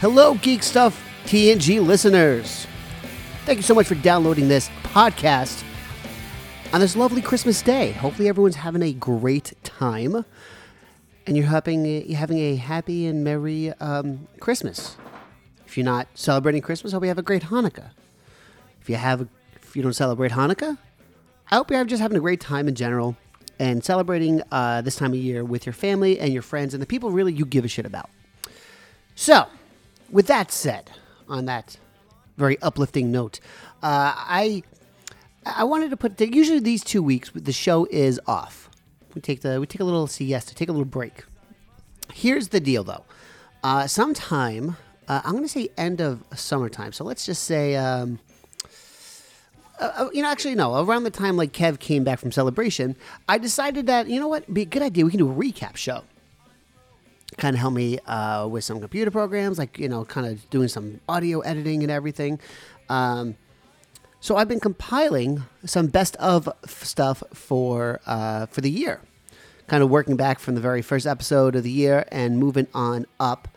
Hello, Geek Stuff TNG listeners. Thank you so much for downloading this podcast on this lovely Christmas day. Hopefully, everyone's having a great time, and you're having you're having a happy and merry um, Christmas. If you're not celebrating Christmas, I hope you have a great Hanukkah. If you have, if you don't celebrate Hanukkah, I hope you're just having a great time in general and celebrating uh, this time of year with your family and your friends and the people really you give a shit about. So, with that said, on that very uplifting note, uh, I I wanted to put usually these two weeks the show is off. We take the we take a little siesta, take a little break. Here's the deal though. Uh, sometime uh, I'm going to say end of summertime. So let's just say. Um, uh, you know, actually, no. Around the time like Kev came back from celebration, I decided that you know what, It'd be a good idea. We can do a recap show kind of help me uh, with some computer programs, like you know, kind of doing some audio editing and everything. Um, so I've been compiling some best of f- stuff for uh, for the year, kind of working back from the very first episode of the year and moving on up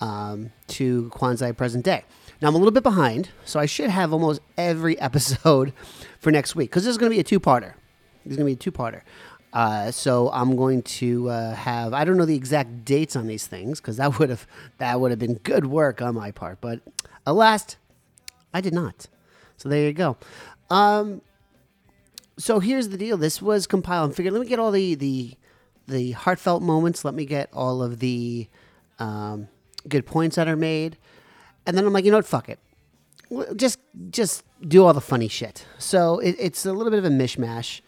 um, to Kwanzaa present day. Now I'm a little bit behind, so I should have almost every episode for next week because this is going to be a two-parter. This is going to be a two-parter. Uh, so I'm going to uh, have I don't know the exact dates on these things because that would have that would have been good work on my part, but alas, I did not. So there you go. Um, so here's the deal. This was compiled and figured. Let me get all the the the heartfelt moments. Let me get all of the um, good points that are made, and then I'm like, you know what? Fuck it. Well, Just just do all the funny shit. So it, it's a little bit of a mishmash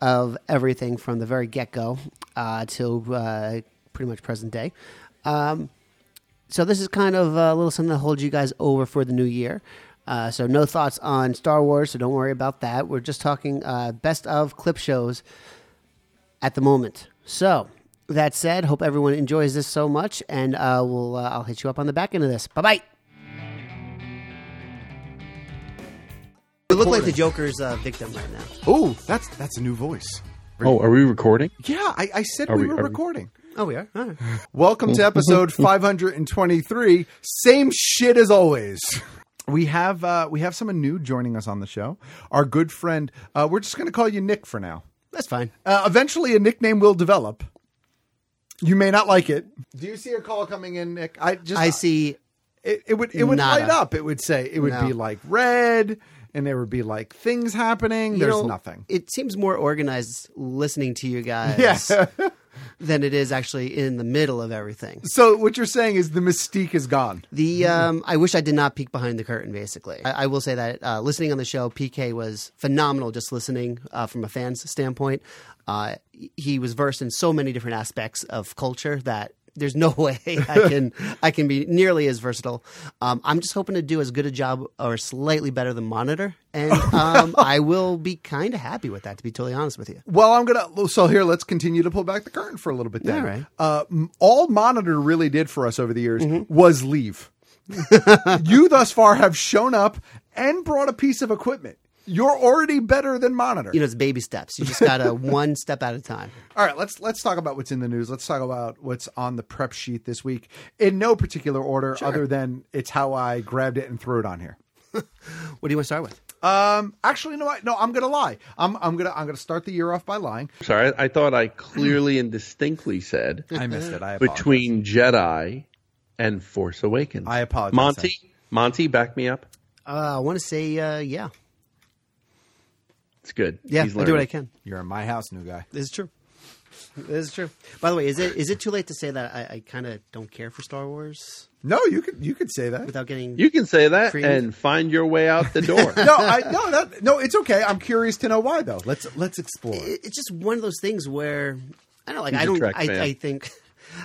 of everything from the very get go uh, till uh, pretty much present day. Um, so this is kind of a little something that holds you guys over for the new year. Uh, so no thoughts on Star Wars, so don't worry about that. We're just talking uh, best of clip shows at the moment. So that said, hope everyone enjoys this so much, and uh, we'll uh, I'll hit you up on the back end of this. Bye bye. You look like the Joker's uh, victim right now. Oh, that's that's a new voice. Oh, are we recording? Yeah, I, I said Are we, Mm-hmm. we- were are we- recording. Oh, we are. All right. Welcome to episode 523. Same shit as always. We have uh, we have someone new joining us on the show. Our good friend. Uh, we're just going to call you Nick for now. That's fine. Uh, eventually, a nickname will develop. You may not like it. Do you see a call coming in, Nick? I just uh, I see. it, it would it would Nada. light up. It would say it would No. be like red, and there would be like things happening. you There's know, nothing. It seems more organized listening to you guys Yeah. than it is actually in the middle of everything. So what you're saying is the mystique is gone. The Hmm. um, I wish I did not peek behind the curtain. Basically, I, I will say that uh, listening on the show, PK was phenomenal. Just listening uh, from a fan's standpoint, uh, he was versed in so many different aspects of culture that there's no way I can I can be nearly as versatile. Um, I'm just hoping to do as good a job or slightly better than Monitor, and um, I will be kind of happy with that. To be totally honest with you, Well, I'm gonna. So here, let's continue to pull back the curtain for a little bit. Then, All right. uh, m- all monitor really did for us over the years was leave. you thus far have shown up and brought a piece of equipment. You're already better than monitor. you know it's baby steps. You just gotta one step at a time. all right, let's let's talk about what's in the news. Let's talk about what's on the prep sheet this week in no particular order, other than it's how I grabbed it and threw it on here. What do you want to start with? Um, actually, no, I, no, I'm gonna lie. I'm I'm gonna I'm gonna start the year off by lying. Sorry, I, I thought I clearly and distinctly said I missed it. I between Jedi and Force Awakens. I apologize, Monty. Monty, back me up. Uh, I want to say uh, yeah, It's good. yeah. He's I do what learning. I can. you're in my house, new guy. This is true. This is true. By the way, is it is it too late to say that I, I kind of don't care for Star Wars No, you could you could say that. without getting? You can say that Creed. and find your way out the door. no, I no that no. It's okay. I'm curious to know why though. Let's let's explore. It- it's just one of those things where I don't know, like. He's I a don't. Trek fan. I, I think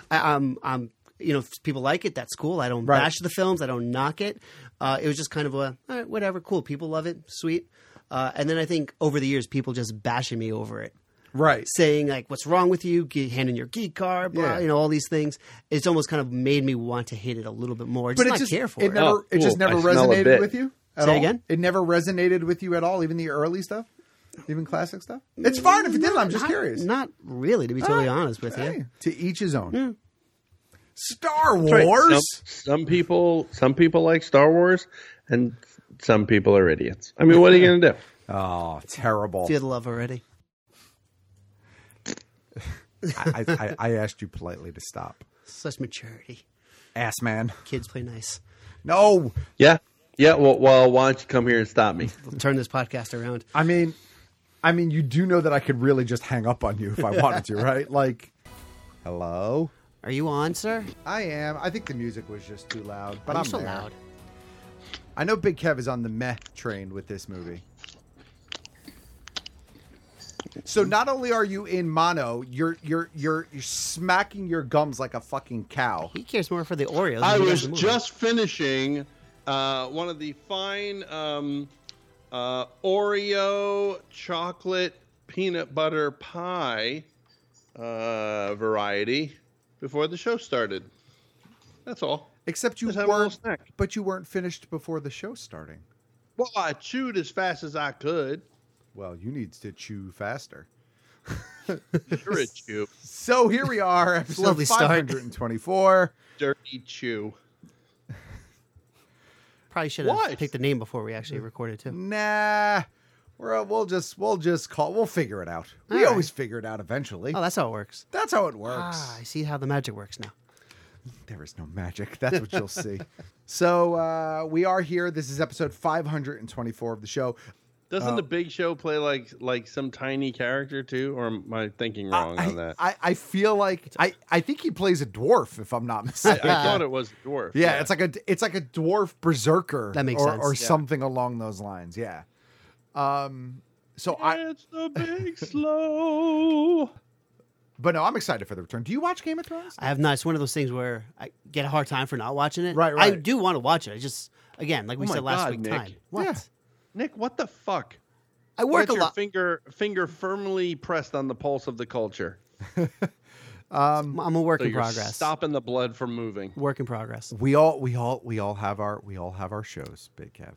I, I'm. I'm. You know, if people like it. That's cool. I don't Right. bash the films. I don't knock it. Uh, it was just kind of a all right, whatever. Cool. People love it. Sweet. Uh, and then I think over the years, people just bashing me over it. Right. saying like what's wrong with you Ge- handing your geek card blah, Yeah. you know all these things it's almost kind of made me want to hate it a little bit more just But it not just care for it it, never Oh, it just cool. never I smell a resonated bit. with you. at Say all? again? It never resonated with you at all, even the early stuff, even classic stuff. It's fine if it did. I'm just Mm, Not- curious. Not really, to be totally Ah, honest with you. Hey, to each his own. Mm. Star Wars. That's right. Some, some people, some people like Star Wars, and some people are idiots. I mean, what are you going to do? Oh, terrible! Did love already? I, I, I asked you politely to stop, Such maturity. ass man. Kids play nice. No, Yeah, yeah. Well, well, why don't you come here and stop me? Turn this podcast around. I mean, I mean, you do know that I could really just hang up on you if I wanted to, right? Like, hello. Are you on, sir? I am. I think the music was just too loud, but Are you I'm so there. loud. I know Big Kev is on the meh train with this movie. So not only are you in mono, you're you're you're you're smacking your gums like a fucking cow. He cares more for the Oreos. I than he does was the movie. just finishing uh, one of the fine um, uh, Oreo chocolate peanut butter pie uh, variety before the show started. That's all. Except you Just have a little weren't, snack. but you weren't finished before the show starting. Well, I chewed as fast as I could. Well, you need to chew faster. Sure, a chew. So here we are, episode Lovely start. 524. Dirty chew. probably should have What? Mm. picked the name before we actually recorded too. Nah, we're, we'll just we'll just call. We'll figure it out. we All right. always figure it out eventually. Oh, that's how it works. That's how it works. Ah, I see how the magic works now. There is no magic. That's what you'll see. So uh, we are here. This is episode 524 of the show. Doesn't Uh, the Big Show play like like some tiny character too, or am I thinking wrong I, on that? I, I, I feel like I, I think he plays a dwarf, if I'm not mistaken. I thought it was a dwarf. yeah, it's like a it's like a dwarf berserker. That makes or, sense. or Yeah. something along those lines. Yeah. Um. So I, it's the big slow. but no, I'm excited for the return. Do you watch Game of Thrones? I have not. It's one of those things where I get a hard time for not watching it. Right, I right. do want to watch it. I just again, like we Oh my said last God, week, Nick. time. What? Yeah. Nick, what the fuck? I work Get a your lot. Finger finger firmly pressed on the pulse of the culture. I'm I'm a work So in you're progress. stopping the blood from moving. Work in progress. We all we all we all have our we all have our shows, Big Kev.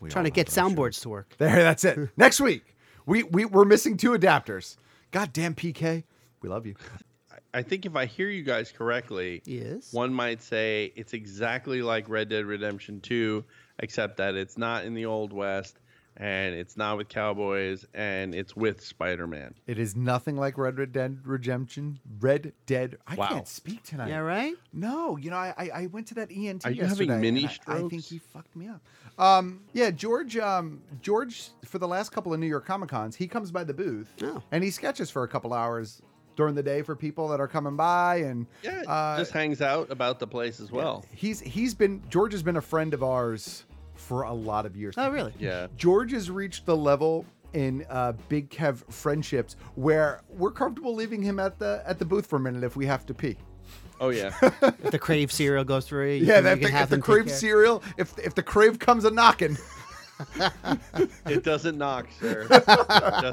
We Trying to all get have our shows. soundboards to work. There, that's it. Next week, we, we we're missing two adapters. Goddamn PK, we love you. I think if I hear you guys correctly, Yes. one might say it's exactly like Red Dead Redemption 2, except that it's not in the Old West and it's not with cowboys and it's with Spider Man. It is nothing like Red Dead Redemption. Red Dead. I Wow. can't speak tonight. Yeah, right. No, you know, I I, I went to that ENT. Are you yesterday having mini and I- I, strokes? think he fucked me up. Um, yeah, George. Um, George for the last couple of New York Comic Cons, he comes by the booth Oh. and he sketches for a couple hours during the day for people that are coming by and Yeah, it uh, just hangs out about the place as well. He's he's been George has been a friend of ours for a lot of years. Oh, really? Yeah. George has reached the level in uh, Big Kev friendships where we're comfortable leaving him at the at the booth for a minute if we have to pee. Oh, yeah. If the crave cereal goes through, you Yeah, can, that you can thing, have if the them take crave care. cereal, if if the crave comes a knocking, it doesn't knock, sir. It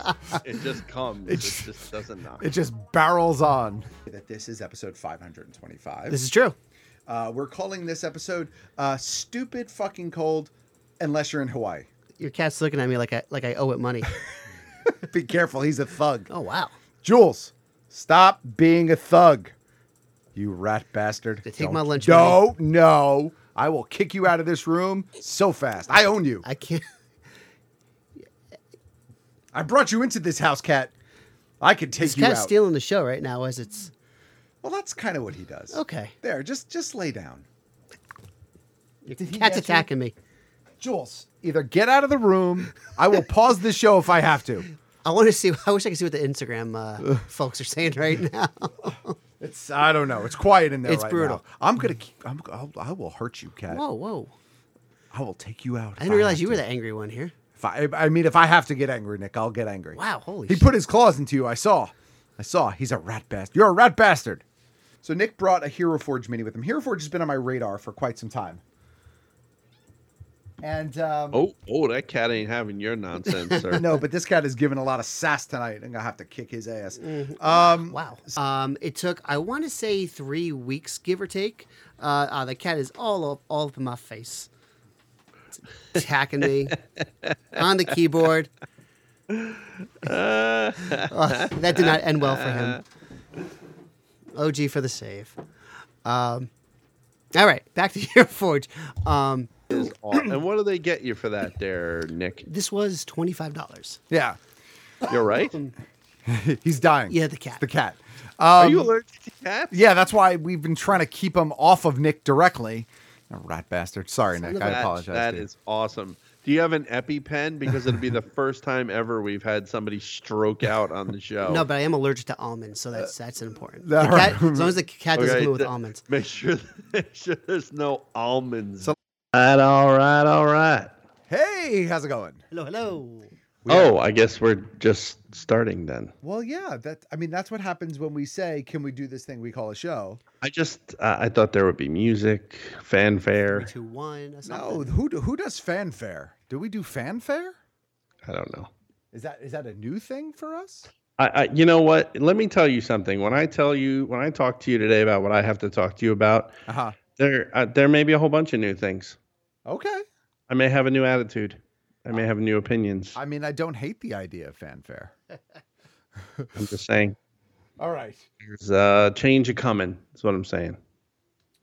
just, it just comes. It just, doesn't knock. it just barrels on. That this is episode 525. This is true. uh, we're calling this episode uh, "Stupid Fucking Cold," unless you're in Hawaii. Your cat's looking at me like I like I owe it money. Be careful, he's a thug. oh wow! Jules, stop being a thug. You rat bastard. They take my lunch No, no. I will kick you out of this room so fast. I own you. I can't. I brought you into this house, cat. I could take This you out. cat's stealing the show right now as it's well, that's kind of what he does. okay. There, just just lay down. Your Did he cat's get you? attacking me. Jules, either get out of the room. I will pause the show if I have to. I want to see. I wish I could see what the Instagram uh, folks are saying right now. It's I don't know. It's quiet in there. It's right brutal. now. I'm gonna keep. I'm, I'll, I will hurt you, cat. whoa, whoa! I will take you out. I didn't realize you were the angry one here. If I, I mean, if I have to get angry, Nick, I'll get angry. Wow, holy He shit. put his claws into you. I saw. I saw. He's a rat bastard. You're a rat bastard. So Nick brought a Hero Forge mini with him. Hero Forge has been on my radar for quite some time. And um, Oh, oh, that cat ain't having your nonsense, sir. no, but this cat is giving a lot of sass tonight. I'm gonna have to kick his ass. Wow. Um, it took I want to say three weeks, give or take. Uh, uh, the cat is all up, all up in my face. It's It's attacking me on the keyboard. Oh, that did not end well for him. OG for the save. Um, all right, back to your forge. Um, Is all- and what do they get you for that, there, Nick? this was twenty five dollars. Yeah. You're right. He's dying. Yeah, the cat. The cat. Um, Are you allergic to cats? Yeah, that's why we've been trying to keep him off of Nick directly. A rat bastard. Sorry, Nick. of I a- That- apologize. That dude. is awesome. Do you have an EpiPen? Because it'll be the first time ever we've had somebody stroke out on the show. No, but I am allergic to almonds, so that's that's important. that The cat- hurt. as long as the cat doesn't Okay, come in with th- almonds. Make sure, make sure there's no almonds. So- Right, all right, all right. Hey, how's it going? Hello, hello. We oh, I guess we're just starting then. Well, yeah, that I mean that's what happens when we say, "Can we do this thing we call a show?" I just uh, I thought there would be music, fanfare. Two, one. or No, something. who do, who does fanfare? Do we do fanfare? I don't know. Is that is that a new thing for us? I, I you know what? Let me tell you something. When I tell you, when I talk to you today about what I have to talk to you about, Uh-huh. there uh, there may be a whole bunch of new things. Okay. I may have a new attitude. I may have new opinions. I mean, I don't hate the idea of fanfare. I'm just saying, All right. there's a change a coming. That's what I'm saying.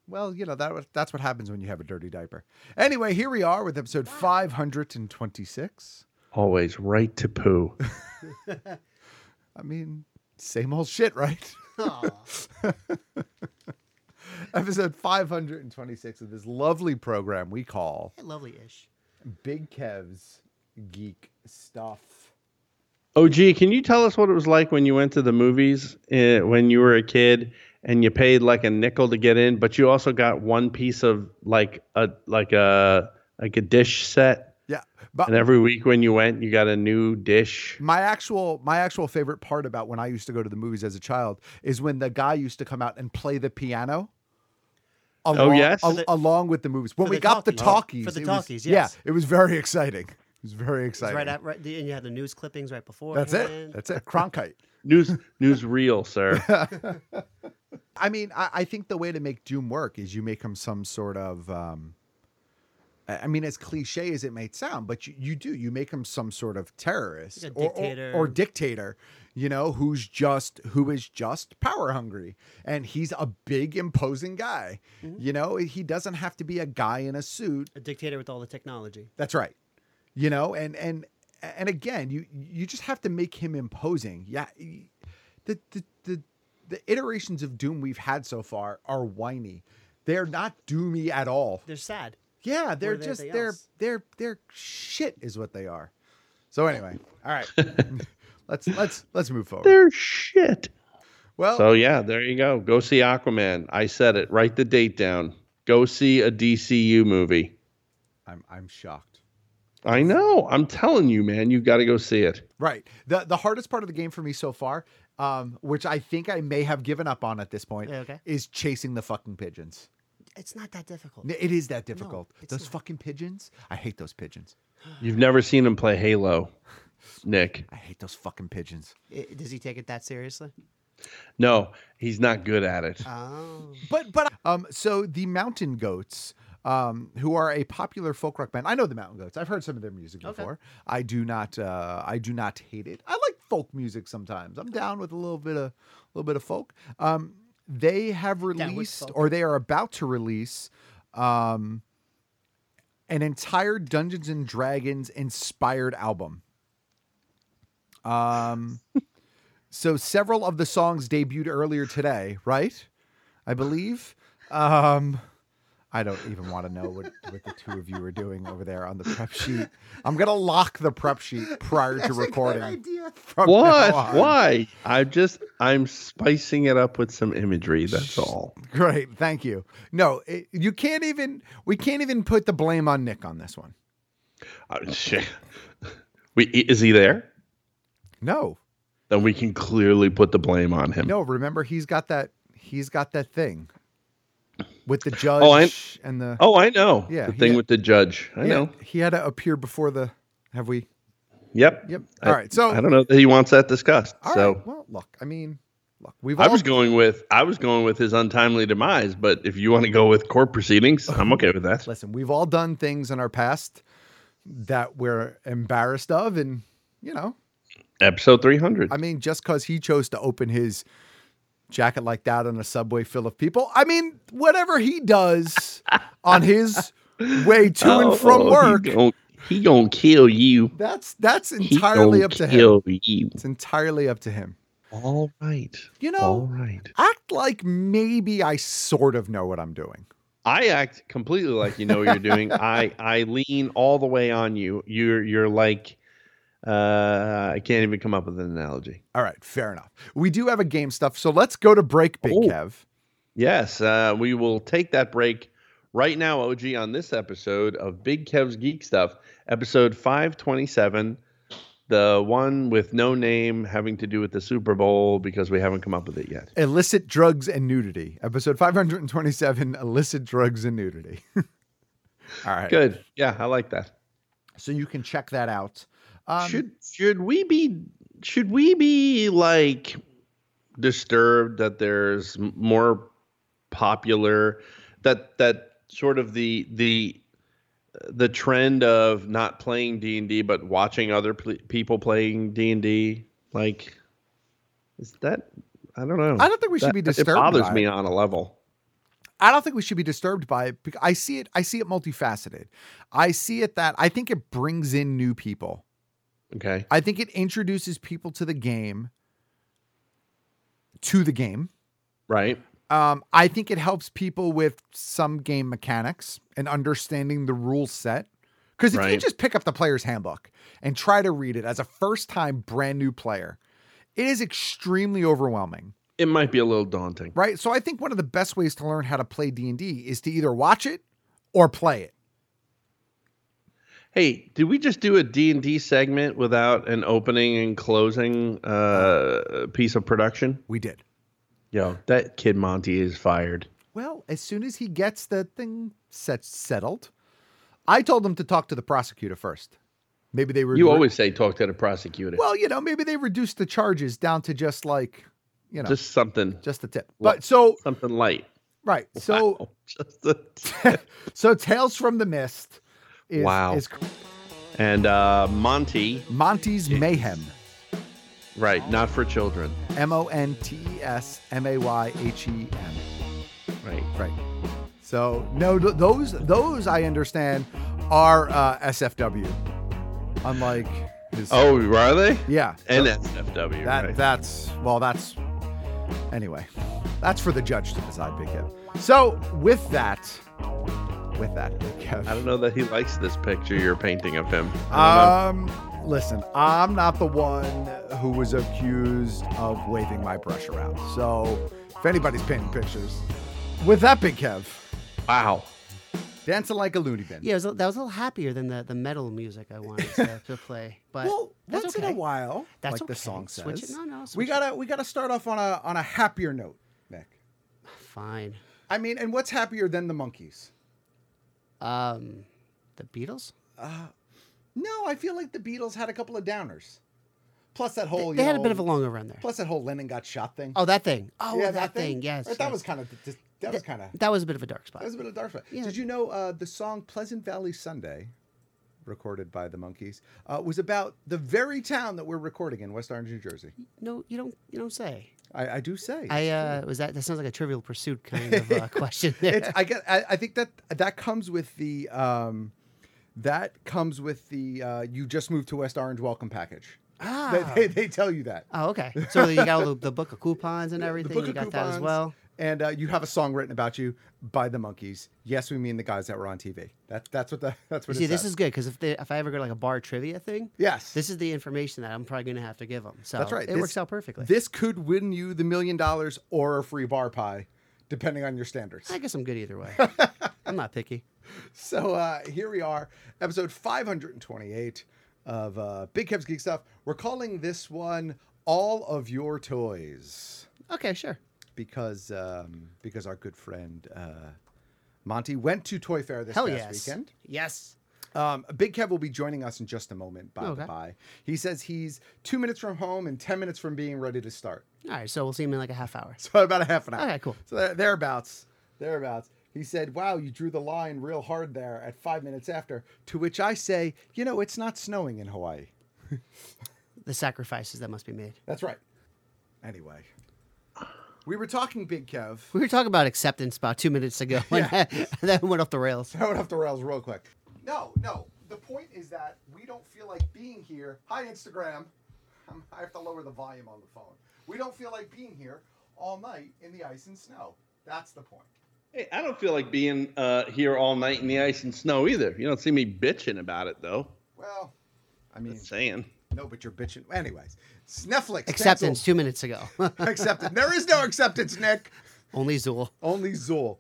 Well, you know that was- that's what happens when you have a dirty diaper. Anyway, here we are with episode 526. Always right to poo. I mean, same old shit, right? Aw. episode 526 of this lovely program we call Lovely-ish. Big Kev's Geek Stuff. OG, can you tell us what it was like when you went to the movies uh, when you were a kid and you paid like a nickel to get in, but you also got one piece of like a like a like a dish set, Yeah, but and every week when you went, you got a new dish. my actual my actual favorite part about when I used to go to the movies as a child is when the guy used to come out and play the piano. Along, yes? al- For the- along with the movies. When for we the got the talkies. talkies, For the it was- talkies, yes. yeah, it was very exciting. It was very It's exciting. right at right, and you had the news clippings right before. That's it. That's it. Cronkite. News news reel, sir. I mean, I, I think the way to make Doom work is you make him some sort of. Um, I I mean, as cliche as it may sound, but you, you do you make him some sort of terrorist Like a or- or- dictator. Or, dictator, you know, who's just who is just power hungry, and he's a big imposing guy. Mm-hmm. You know, he doesn't have to be a guy in a suit. a dictator with all the technology. That's right. You know, and and and again, you you just have to make him imposing. Yeah, y- the the the, the iterations of Doom we've had so far are whiny. They're not doomy at all. They're sad. Yeah, they're than just anything they're else. they're they're shit is what they are. So anyway, all right. let's let's let's move forward. They're shit. Well, So yeah, there you go. Go see Aquaman. I said it. Write the date down. Go see a DCU movie. I'm I'm shocked. I know. I'm telling you, man. You got to go see it. Right. The the hardest part of the game for me so far, um, which I think I may have given up on at this point, Yeah, okay. is chasing the fucking pigeons. It's not that difficult. N- It is that difficult. it's those not. fucking pigeons. I hate those pigeons. You've never seen him play Halo, Nick. I hate those fucking pigeons. I- does he take it that seriously? No, he's not good at it. Oh, But but um so the mountain goats um who are a popular folk rock band. I know the mountain goats. I've heard some of their music Okay. before. I do not uh I do not hate it. I like folk music sometimes. I'm down with a little bit of a little bit of folk. Um they have with released folk. or they are about to release um an entire Dungeons and Dragons inspired album. Um, so several of the songs debuted earlier today, right? I believe. Um, I don't even want to know what, what the two of you are doing over there on the prep sheet. I'm gonna lock the prep sheet prior to recording. idea. from What? now on. Why? I'm just I'm spicing it up with some imagery. That's all. Great, thank you. No, it, you can't even. We can't even put the blame on Nick on this one. Uh, shit. We is he there? No, Then we can clearly put the blame on him. No, remember he's got that he's got that thing with the judge I- and the Oh, I know. Yeah, The he thing had- with the judge. I Yeah, know. He had to appear before the have we Yep. Yep. I- All right. So I don't know that he wants that discussed. all so right, well, look, I mean, Look, we've I all was going with I was going with his untimely demise, but if you want to go with court proceedings, I'm okay with that. listen. We've all done things in our past that we're embarrassed of, and you know, Episode 300. I mean, just because he chose to open his jacket like that on a subway full of people, I mean, whatever he does on his way to and from Oh, work, He gon' he gonna kill you. that's that's He entirely gon' up to him. kill you. It's entirely up to him. All right. You All know, right. act like maybe I sort of know what I'm doing. I act completely like you know what you're doing. I I lean all the way on you. You're you're like uh I can't even come up with an analogy. All right, fair enough. We do have a game stuff, so let's go to break, Big Oh. Kev. Yes, uh, we will take that break right now, OG, on this episode of Big Kev's Geek Stuff, episode 527, the one with no name having to do with the Super Bowl because we haven't come up with it yet. Illicit drugs and nudity, episode 527. Illicit drugs and nudity. All right, Good. Yeah, I like that. so you can check that out. Um, should should we be should we be like disturbed that there's m- more popular that that sort of the the the trend of not playing D&D but watching other pl- people playing D&D like is that I don't know. I don't think we should be That- disturbed. It bothers by me It. on a level. I don't think we should be disturbed by it. Because I see it. I see it multifaceted. I see it that I think it brings in new people. Okay. I think it introduces people to the game. To the game. Right. Um, I think it helps people with some game mechanics and understanding the rule set. Because if you Right. just pick up the player's handbook and try to read it as a first time brand new player, it is extremely overwhelming. It might be a little daunting. right so i think one of the best ways to learn how to play d&d is to either watch it or play it Hey, did we just do a D&D segment without an opening and closing uh, piece of production? we did Yo, that kid Monty is fired. well as soon as he gets the thing set settled i told him to talk to the prosecutor first maybe they were You always say talk to the prosecutor. well you know maybe they reduced the charges down to just like you know just, just something, a tip Well- but so something light. right so Wow, just a- so tales from the mist is, Wow. is and uh, Monty, monty's mayhem right? Not for children, E m-o-n-t-e-s-m-a-y-h-e-m right? E Right. So no, th- those those I understand are uh, SFW. Unlike his. Oh, are they? yeah. And so SFW, that right? that's well that's anyway that's for the judge to decide, Big Kev. So with that, with that, Big Kev. I don't know that he likes this picture you're painting of him. I Um, listen, I'm not the one who was accused of waving my brush around. So if anybody's painting pictures, with that, Big Kev, don't know. Wow. dancing like a loony bin. Yeah, it was a- that was a little happier than the, the metal music I wanted to, to play. But well, that's once okay. in a while, That's like okay. the song says, Switch it. No, no, we switch it. gotta we gotta start off on a on a happier note, Nick. fine. I mean, and what's happier than the monkeys? Um, the Beatles. No, I feel like the Beatles had a couple of downers. Plus that whole you they had a bit know, of a longer run there. Oh, plus that whole Lennon got shot thing. Oh, that thing. Oh, that, thing. Yes. Right, yes. that was kind of that was kind of That was a bit of a dark spot. that was a bit of dark. side. Yeah. Did you know uh, the song Pleasant Valley Sunday? Recorded by the Monkees, uh, was about the very town that we're recording in, West Orange, New Jersey. No, you don't. You don't say. I, I do say. I uh, was that. That sounds like a Trivial Pursuit kind of uh, question. There. it's, I get. I, I think that that comes with the um, that comes with the uh, you just moved to West Orange welcome package. They, ah. they, they tell you that. oh, okay. So you got all the, the book of coupons and The everything. book you of got that as coupons, well. And uh, you have a song written about you by the monkeys. Yes, we mean the guys that were on TV. That, that's what the, that's what. See, it this says. is good because if they, if I ever go to like a bar trivia thing, yes. this is the information that I'm probably going to have to give them. So That's right. It This- works out perfectly. this could win you the million dollars or a free bar pie, depending on your standards. I guess I'm good either way. I'm not picky. So uh, here we are, episode 528 of uh, Big Kev's Geek Stuff. We're calling this one "All of Your Toys" Okay, sure. because um, because our good friend uh, Monty went to Toy Fair this Hell past yes. weekend. Yes. Um, Big Kev will be joining us in just a moment. By the Okay. by, he says he's two minutes from home and ten minutes from being ready to start. All right, so we'll see him in like a half hour. So about a half an hour. Okay, cool. So there, thereabouts, thereabouts. He said, "Wow, you drew the line real hard there." At five minutes after, to which I say, "You know, it's not snowing in Hawaii." The sacrifices that must be made. That's right. Anyway, we were talking Big Kev. We were talking about acceptance about two minutes ago, and that, that went off the rails. Throw it off the rails real quick. No, no. The point is that we don't feel like being here. Hi, Instagram. Um, I have to lower the volume on the phone. We don't feel like being here all night in the ice and snow. That's the point. Hey, I don't feel like being uh, here all night in the ice and snow either. You don't see me bitching about it though. Well, I mean, Just saying. no, but you're bitching. Anyways, Netflix. Acceptance two minutes ago. canceled. acceptance. There is no acceptance, Nick. Only Zool. Only Zool.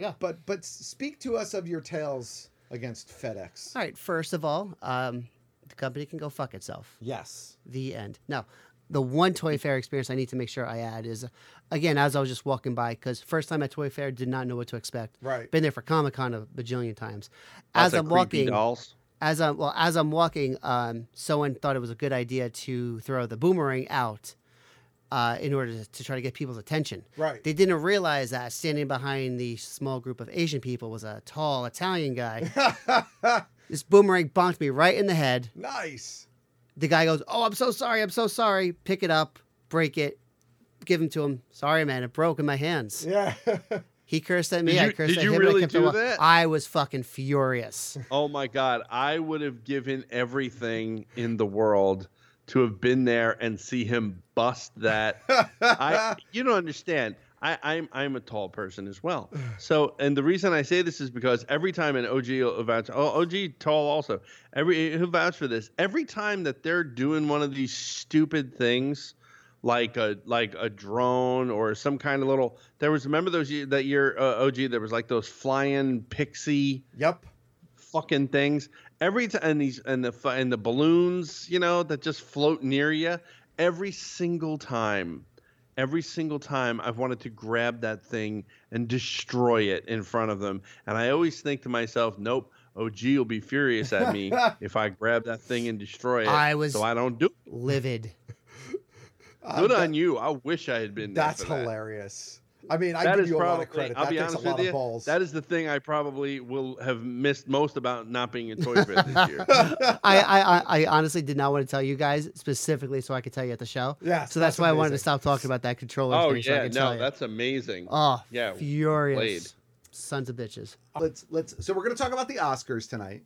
There you go. but but speak to us of your tales against FedEx. All right, first of all, um, the company can go fuck itself. Yes. The end. No, the one Toy Fair experience I need to make sure I add is, again, as I was just walking by, because first time at Toy Fair, did not know what to expect. Right. Been there for Comic Con a bajillion times. As Lots of I'm creepy walking, dolls. as I'm well, as I'm walking, um, someone thought it was a good idea to throw the boomerang out uh, in order to, to try to get people's attention. Right. They didn't realize that standing behind the small group of Asian people was a tall Italian guy. this boomerang bonked me right in the head. Nice. The guy goes, "Oh, I'm so sorry. I'm so sorry." Pick it up, break it, give him to him. Sorry, man, it broke in my hands. Yeah. He cursed at me. Did I you- cursed did at you him. and really I, kept it do wa- that? I was fucking furious. Oh my God. I would have given everything in the world to have been there and see him bust that. I, you don't understand. I, I'm I'm a tall person as well. So and the reason I say this is because every time an OG will vouch oh OG tall also every who vouched for this every time that they're doing one of these stupid things like a like a drone or some kind of little there was remember those ye- that year uh, OG there was like those flying pixie yep. fucking things. Every time and these and the fu- and the balloons, you know, that just float near you. Every single time, every single time, I've wanted to grab that thing and destroy it in front of them. And I always think to myself, nope. OG will be furious at me if I grab that thing and destroy it. I was- so I don't do. it. Livid. Good on you. I wish I had been. there That's for that. hilarious. I mean, I That give is you a probably. lot of credit. I'll that be takes honest a lot with you. of balls. That is the thing I probably will have missed most about not being at Toy Fair this year. I, I, I- I honestly did not want to tell you guys specifically so I could tell you at the show. Yes, So that's, that's why I wanted to amazing. stop talking about that controller Oh thing so I yeah, could tell no, you. that's amazing. oh, yeah, well furious. played. Sons of bitches. let's let's. So we're going to talk about the Oscars tonight.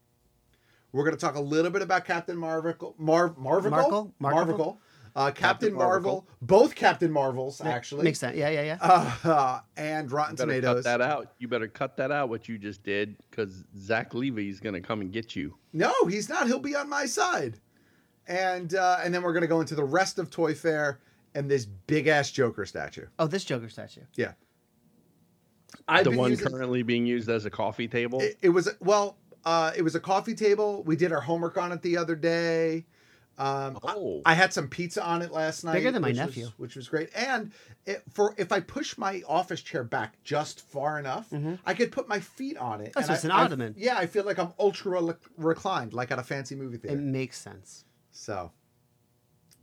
We're going to talk a little bit about Captain Marvel, Mar, Marvel, Markle? Markle? Marvel, uh, Captain, Captain Marvel, Marvel. both Captain Marvels actually, Makes sense. Yeah, yeah, yeah. Uh, and Rotten You better Tomatoes. cut that out. You better cut that out. What you just did, because Zach Levy's gonna come and get you. No, he's not. He'll be on my side. And uh, and then we're going to go into the rest of Toy Fair and this big ass Joker statue. Oh, this Joker statue. Yeah. the been one using- currently being used as a coffee table. It, it was well, uh, it was a coffee table. We did our homework on it the other day. Um, I- Oh. I, had some pizza on it last night. Bigger than my which nephew. was, which was great. And it, for if I push my office chair back just far enough, I could put my feet on it. Oh, and so it's I- Mm-hmm. an I- ottoman. yeah, I feel like I'm ultra le- reclined, like at a fancy movie It theater. makes sense. So,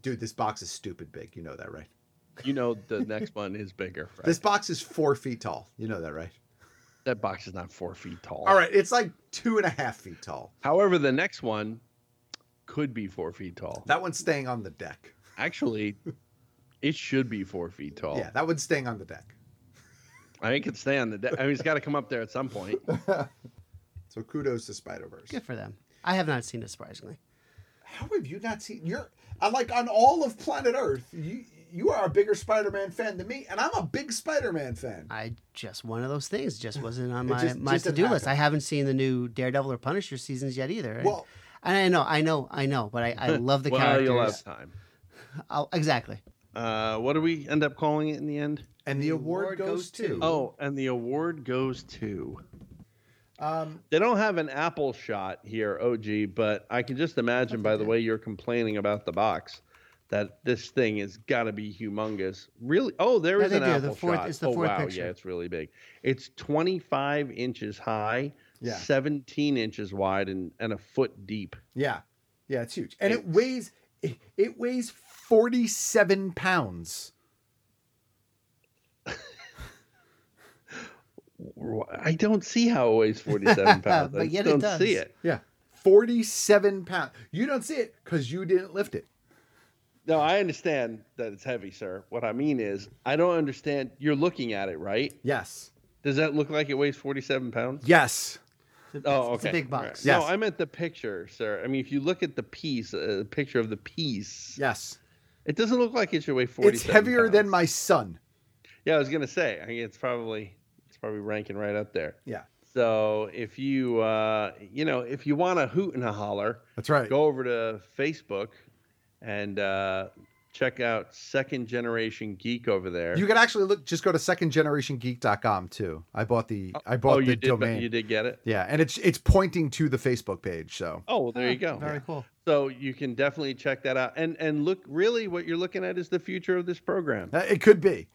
dude, this box is stupid big. You know that, right? you know, the next one is bigger. Right? This box is four feet tall. You know that, right? that box is not four feet tall. All right, it's like two and a half feet tall. However, the next one could be four feet tall. That one's staying on the deck. Actually, it should be four feet tall. Yeah, that one's staying on the deck. I think it could stay on the. De- I mean, it's got to come up there at some point. So kudos to Spider Verse. Good for them. I have not seen it surprisingly. How have you not seen? You're I like on all of planet Earth. You you are a bigger Spider Man fan than me, and I'm a big Spider Man fan. I just one of those things just wasn't on It my, just- my just to didn't do list. happen. I haven't seen the new Daredevil or Punisher seasons yet either. And- Well- and I know, I know, I know, but I, I love the well, you'll characters. have time. I'll- exactly. Uh, what do we end up calling it in the end? And the, award, goes, to. Oh, and the award goes to. Um, They don't have an Apple shot here, OG, but I can just imagine by the way you're complaining about the box that this thing has got to be humongous. Really? Oh, there Yeah, is they an do. The Apple fourth- shot. it's the oh, fourth wow. picture. Yeah, it's really big. It's 25 inches high, Yeah. 17 inches wide, and, and a foot deep. yeah, yeah, it's huge, and it weighs it, it weighs forty seven pounds. I don't see how it weighs 47 pounds. I But yet it don't does. see it. Yeah. 47 pounds. You don't see it because you didn't lift it. No, I understand that it's heavy, sir. What I mean is, I don't understand. You're looking at it, right? Yes. Does that look like it weighs 47 pounds? Yes. Oh, okay. It's a big All box. right. Yes. No, I meant the picture, sir. I mean, if you look at the piece, a uh, picture of the piece, Yes. it doesn't look like it should weigh 47 it's heavier pounds. than my son. Yeah, I was going to say, I mean, it's probably, it's probably ranking right up there. Yeah. So if you, uh, you know, if you want a hoot and a holler, That's right. go over to Facebook and uh, check out Second Generation Geek over there. You can actually look just go to secondgenerationgeek.com too. I bought the I bought oh, the you did, domain. you did get it. Yeah, and it's it's pointing to the Facebook page, so Oh, well, there you go. Very cool. So you can definitely check that out. And and look, really, what you're looking at is the future of this program. uh, it could be.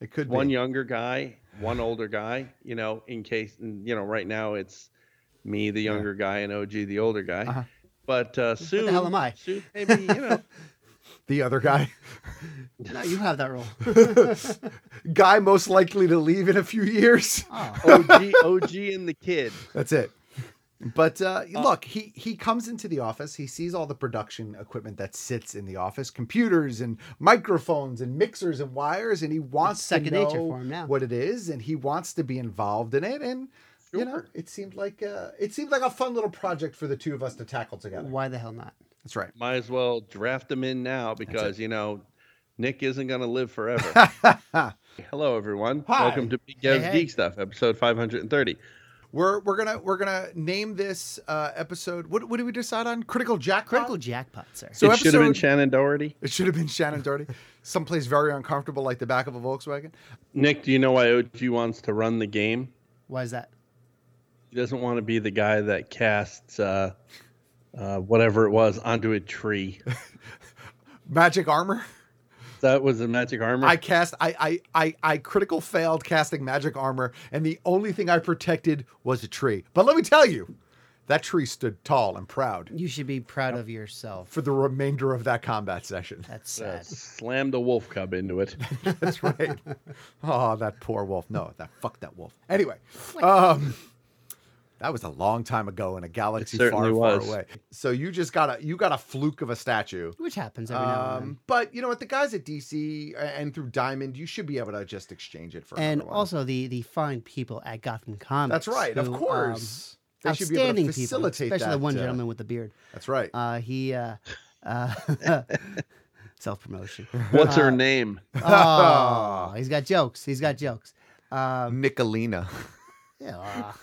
It could One be. younger guy, one older guy. You know, in case you know, right now it's me, the younger guy, and OG, the older guy. Uh-huh. But uh, soon, hell am I? Soon, maybe you know. The other guy, No, you have that role. guy most likely to leave in a few years. Oh. OG, OG, and the kid. That's it. But uh, Oh. look, he he comes into the office. He sees all the production equipment that sits in the office, computers and microphones and mixers and wires, and he wants second to know nature for him now. what it is, and he wants to be involved in it. And you know, Sure. it seemed like uh, it seemed like a fun little project for the two of us to tackle together. Why the hell not? That's right. Might as well draft him in now because you know Nick isn't going to live forever. Hello, everyone. Hi. Welcome to Big Gav's Hey, hey. Geek Stuff, episode 530. We're we're gonna we're gonna name this uh, episode. What what did we decide on? Critical Jack. Critical jackpot, sir. So it should have been episode- Shannon Doherty. It should have been Shannon Doherty. Someplace very uncomfortable, like the back of a Volkswagen. Nick, do you know why OG wants to run the game? Why is that? He doesn't want to be the guy that casts uh, uh, whatever it was onto a tree. Magic armor. that was the magic armor. I cast. I, I I I critical failed casting magic armor, and the only thing I protected was a tree. But let me tell you, that tree stood tall and proud You should be proud of yourself. for the remainder of that combat session. That's uh, sad. slammed a wolf cub into it. That's right. oh, that poor wolf. No, that fuck that wolf. Anyway, um, that was a long time ago in a galaxy far, certainly far was. away. So you just got a you got a fluke of a statue. Which happens every now and then. Um, but you know what? The guys at DC and through Diamond, you should be able to just exchange it for. And another one. also the the fine people at Gotham Comics. That's right. Of who, um, course. they should be able outstanding to people, facilitate especially the that. one uh, gentleman with the beard. That's right. Uh, he uh, uh, self promotion. What's her name? Oh, he's got jokes. He's got jokes. Um, Nicolina. yeah, aw.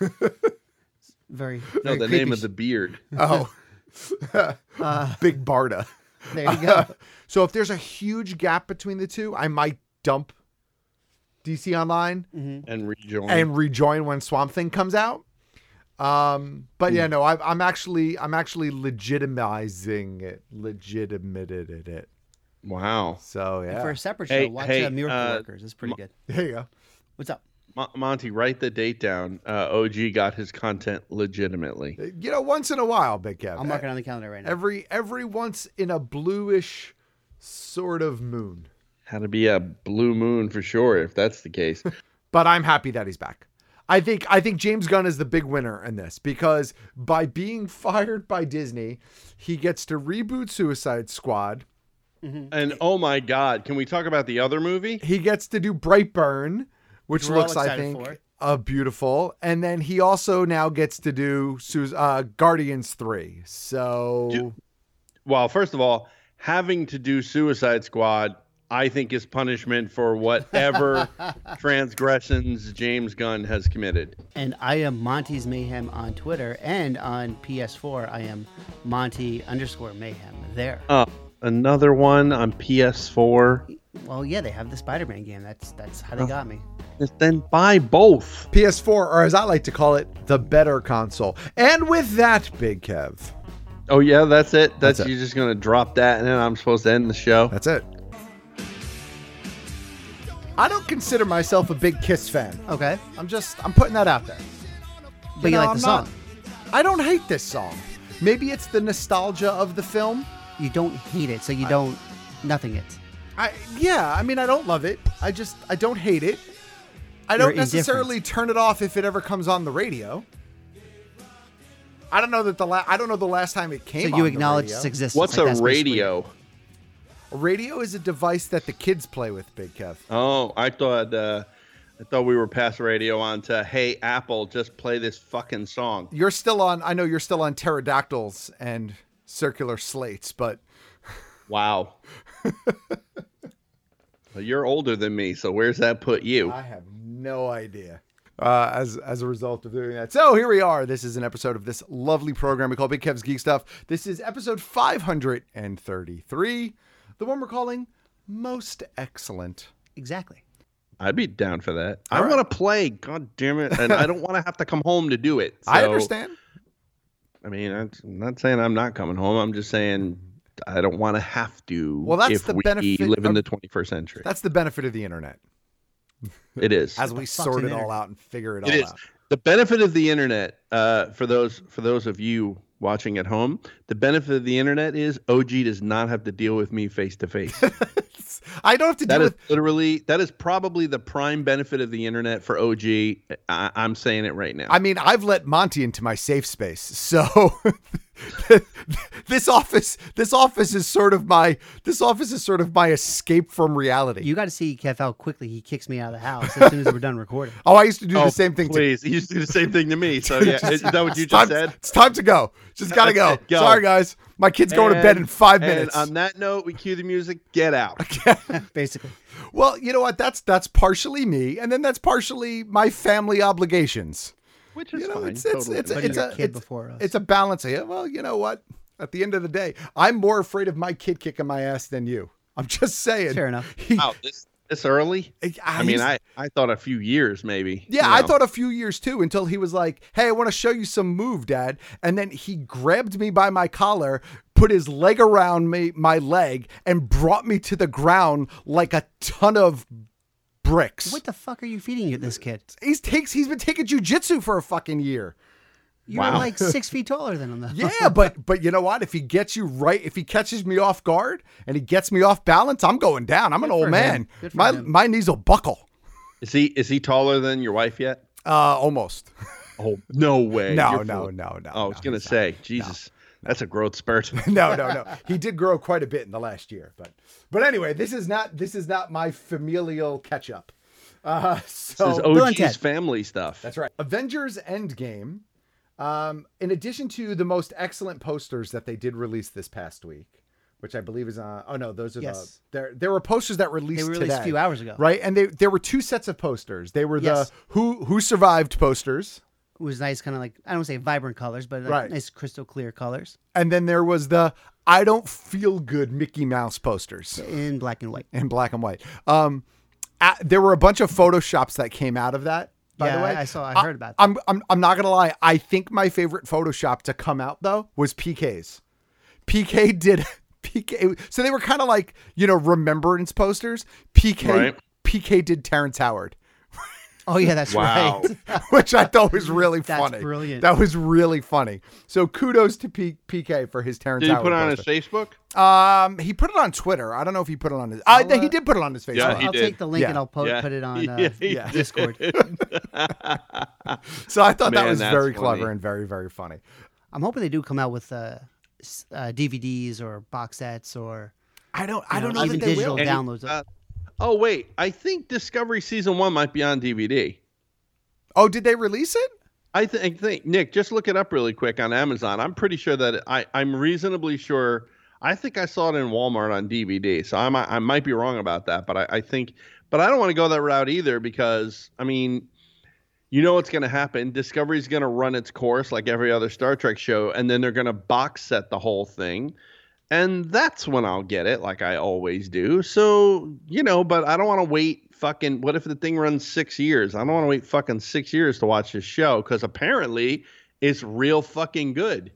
very, No, very the creepy name of sh- the beard. Oh. Uh, Big Barda. There you go. so if there's a huge gap between the two, I might dump DC Online Mm-hmm. And rejoin. and rejoin when Swamp Thing comes out. Um, but yeah, no, I, I'm actually I'm actually legitimizing it, legitimated it. wow. So yeah, For a separate show, Hey, watch hey, uh, Miracle uh, Workers. It's pretty good. there you go. What's up? Mon- Monty, write the date down. Uh, OG got his content legitimately. You know, once in a while, Big Kev. I'm working on the calendar right now. every every once in a bluish sort of moon. Had to be a blue moon for sure, if that's the case. But I'm happy that he's back. I think I think James Gunn is the big winner in this because by being fired by Disney, he gets to reboot Suicide Squad. and oh my God, can we talk about the other movie? He gets to do Brightburn, which We're all looks, I excited think, for it. uh, beautiful. And then he also now gets to do Su- uh, Guardians Three. So Well, first of all, having to do Suicide Squad, I think, is punishment for whatever transgressions James Gunn has committed. And I am Monty's Mayhem on Twitter and on PS4. I am Monty underscore Mayhem there. Uh, another one on PS4. Well, yeah, they have the Spider-Man game. That's that's Oh. how they got me. Then buy both. PS4, or as I like to call it, the better console. And with that, Big Kev, Oh yeah, that's it. That's, That's it. you're just gonna drop that, and then I'm supposed to end the show. That's it. I don't consider myself a big Kiss fan. Okay, I'm just I'm putting that out there. but you, know, like the I'm song. not- I don't hate this song. Maybe it's the nostalgia of the film. You don't hate it, so you don't nothing it. I yeah, I mean I don't love it. I just I don't hate it. I don't You're indifferent. necessarily turn it off if it ever comes on the radio. I don't know that the la- I don't know the last time it came. So on you the acknowledge radio. its existence. What's like, a that's basically- radio? A radio is a device that the kids play with, Big Kev. Oh, I thought uh, I thought we were past radio on to Hey Apple, just play this fucking song. You're still on. I know you're still on pterodactyls and circular slates, but Wow. well, you're older than me, so where's that put you? I have no idea. Uh, as as a result of doing that, so here we are. This is an episode of this lovely program we call Big Kev's Geek Stuff. This is episode 533, the one we're calling "Most Excellent." Exactly. I'd be down for that. I All right. want to play, god damn it, and I don't want to have to come home to do it. I so- understand. I mean, I'm not saying I'm not coming home. I'm just saying I don't want to have to. Well, that's if the we benefit live in of- the 21st century. That's the benefit of the internet It is. as we the fuck's sort an it all internet? out and figure it, It all is. out. the benefit of the internet uh, for those for those of you watching at home the benefit of the internet is og does not have to deal with me face to face I don't have to that deal is with. literally that is probably the prime benefit of the internet for og I, i'm saying it right now I mean, I've let Monty into my safe space, so this office, this office is sort of my, this office is sort of my escape from reality. You got to see Kev how quickly he kicks me out of the house as soon as we're done recording. oh, I used to do Oh, the same thing. To, please you just do the same thing to me so yeah is that what you time, just said It's time to go. Just gotta go. Go. Sorry, guys. My kid's going to bed in And- five and minutes. on that note we cue the music get out Basically, well, you know what? That's that's partially me, and then that's partially my family obligations. which is you know, fine it's it's totally. it's, But it's your a kid it's, before us. it's a balance. Yeah, well, you know what? At the end of the day, I'm more afraid of my kid kicking my ass than you. I'm just saying. fair enough. He- wow, this this early I, i mean used- i i thought a few years maybe Yeah, you I know. thought a few years too until he was like, "Hey, I want to show you some move, Dad," and then he grabbed me by my collar, put his leg around me, my leg, and brought me to the ground like a ton of bricks. What the fuck are you feeding this kid? He's takes he's been taking jujitsu for a fucking year. You're Wow. like six feet taller than him, though. Yeah, but but you know what? If he gets you right, if he catches me off guard and he gets me off balance, I'm going down. I'm an Good for old him. man. Good for My him. my knees will buckle. Is he is he taller than your wife yet? Uh, almost. Oh no way! No, You're no, full- no, no. Oh, I was no, gonna he's not. say, Jesus, that's a growth spurt. no, no, no. He did grow quite a bit in the last year, but but anyway, this is not this is not my familial catch up. Uh, so This is Bill and OG's Ted. family stuff. that's right. Avengers Endgame. Um, in addition to the most excellent posters that they did release this past week, which I believe is on. Oh no, those are Yes. the there. There were posters that released they were released today, a few hours ago. right? And they there were two sets of posters. They were Yes. the who who survived posters, It was nice, kind of like I don't want to say vibrant colors, but like Right. nice crystal clear colors and then there was the I don't feel good Mickey Mouse posters. in black and white. in black and white. Um, a- there were a bunch of photoshops that came out of that. By yeah, the way, Uh, I saw. I heard about that. I'm, I'm I'm not gonna lie. I think my favorite photoshop to come out though was PK's. PK did PK. So they were kind of like you know remembrance posters. PK Right. PK did Terrence Howard, Oh yeah, that's Wow. right. which I thought was really That's funny. brilliant. That was really funny. So kudos to P- PK for his Terrence Did he Howard. put it on his poster. Facebook? um, he put it on Twitter. I don't know if he put it on his. I, he did put it on his Facebook. Yeah, he I'll did. take the link Yeah. and I'll po- Yeah. put it on uh, Yeah, he did. Discord. So I thought Man, that was that's very funny. clever and very very funny. I'm hoping they do come out with uh, s- uh, DVDs or box sets or I don't I you don't know even that they digital will. And he- downloads. of uh, Oh wait, I think Discovery season one might be on DVD. Oh, did they release it? I think, think Nick, just look it up really quick on Amazon. I'm pretty sure that I I'm reasonably sure. I think I saw it in Walmart on DVD, so I might I might be wrong about that, but I, I think, but I don't want to go that route either because I mean, you know what's going to happen? Discovery's going to run its course like every other Star Trek show, and then they're going to box set the whole thing, and that's when I'll get it, like I always do. So you know, but I don't want to wait. Fucking, what if the thing runs six years? I don't want to wait fucking six years to watch this show because apparently it's real fucking good.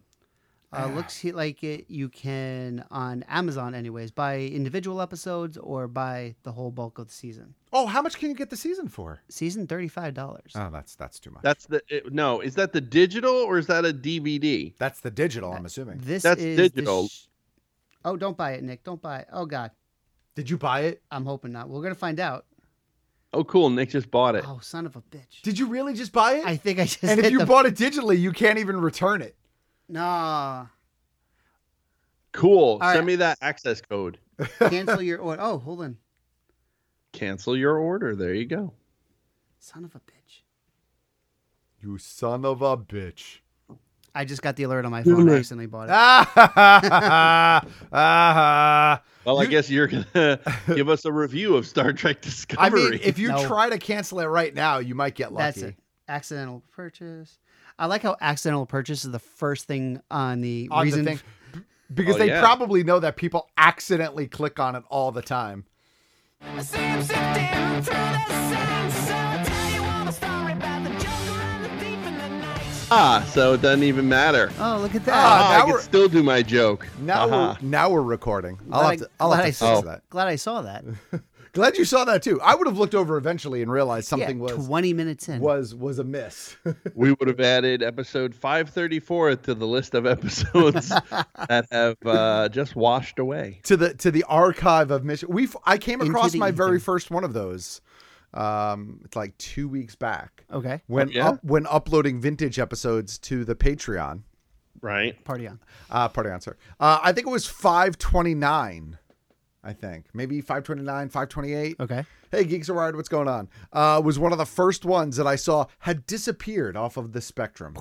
Uh, looks he- like it, you can on Amazon, anyways, buy individual episodes or buy the whole bulk of the season. Oh, how much can you get the season for? Season thirty-five dollars. Oh, that's that's too much. That's the it, no. Is that the digital or is that a DVD? that's the digital, I'm assuming. this that's is the digital. sh- oh, don't buy it, Nick. Don't buy it. Oh God, Did you buy it? I'm hoping not. We're gonna find out. Oh, cool. Nick just bought it. Oh, son of a bitch. Did you really just buy it? I think I just and if hit you the- bought it digitally, you can't even return it. Nah. Cool. All Send right. me that access code. Cancel your order. Oh, hold on. Cancel your order. There you go. Son of a bitch. You son of a bitch. I just got the alert on my phone. I accidentally bought it. Ah ha ha ha ha, ha. Well, I You- guess you're gonna give us a review of Star Trek I Discovery. mean, if you No. try to cancel it right now, you might get lucky. That's it. Accidental purchase. I like how accidental purchase is the first thing on the On the reason. thing. Because Oh, they yeah. probably know that people accidentally click on it all the time. I see him sifting through the sand, so I'll tell you all my story about the Joker and the thief in the night. ah, so it doesn't even matter. Oh, look at Ah, that. Ah, now I can we're- still do my joke. Uh-huh. Now Aha. we're now we're recording. I'll Glad have I- to, I'll glad have to I fix saw- that. Glad I saw that. Glad you saw that too. I would have looked over eventually and realized something yeah, was 20 minutes in. was was amiss. we would have added episode 534 to the list of episodes that have uh, just washed away. to the to the archive of mission. We I came Into across the my very ether. first one of those. Um, it's like two weeks back Okay. when yeah? up, when uploading vintage episodes to the Patreon. Right. Party on. Uh, party answer. Uh, I think it was five twenty nine. I think maybe five twenty nine, five twenty eight. Okay. Hey, geeks are wired. What's going on? Uh, was one of the first ones that I saw had disappeared off of the spectrum.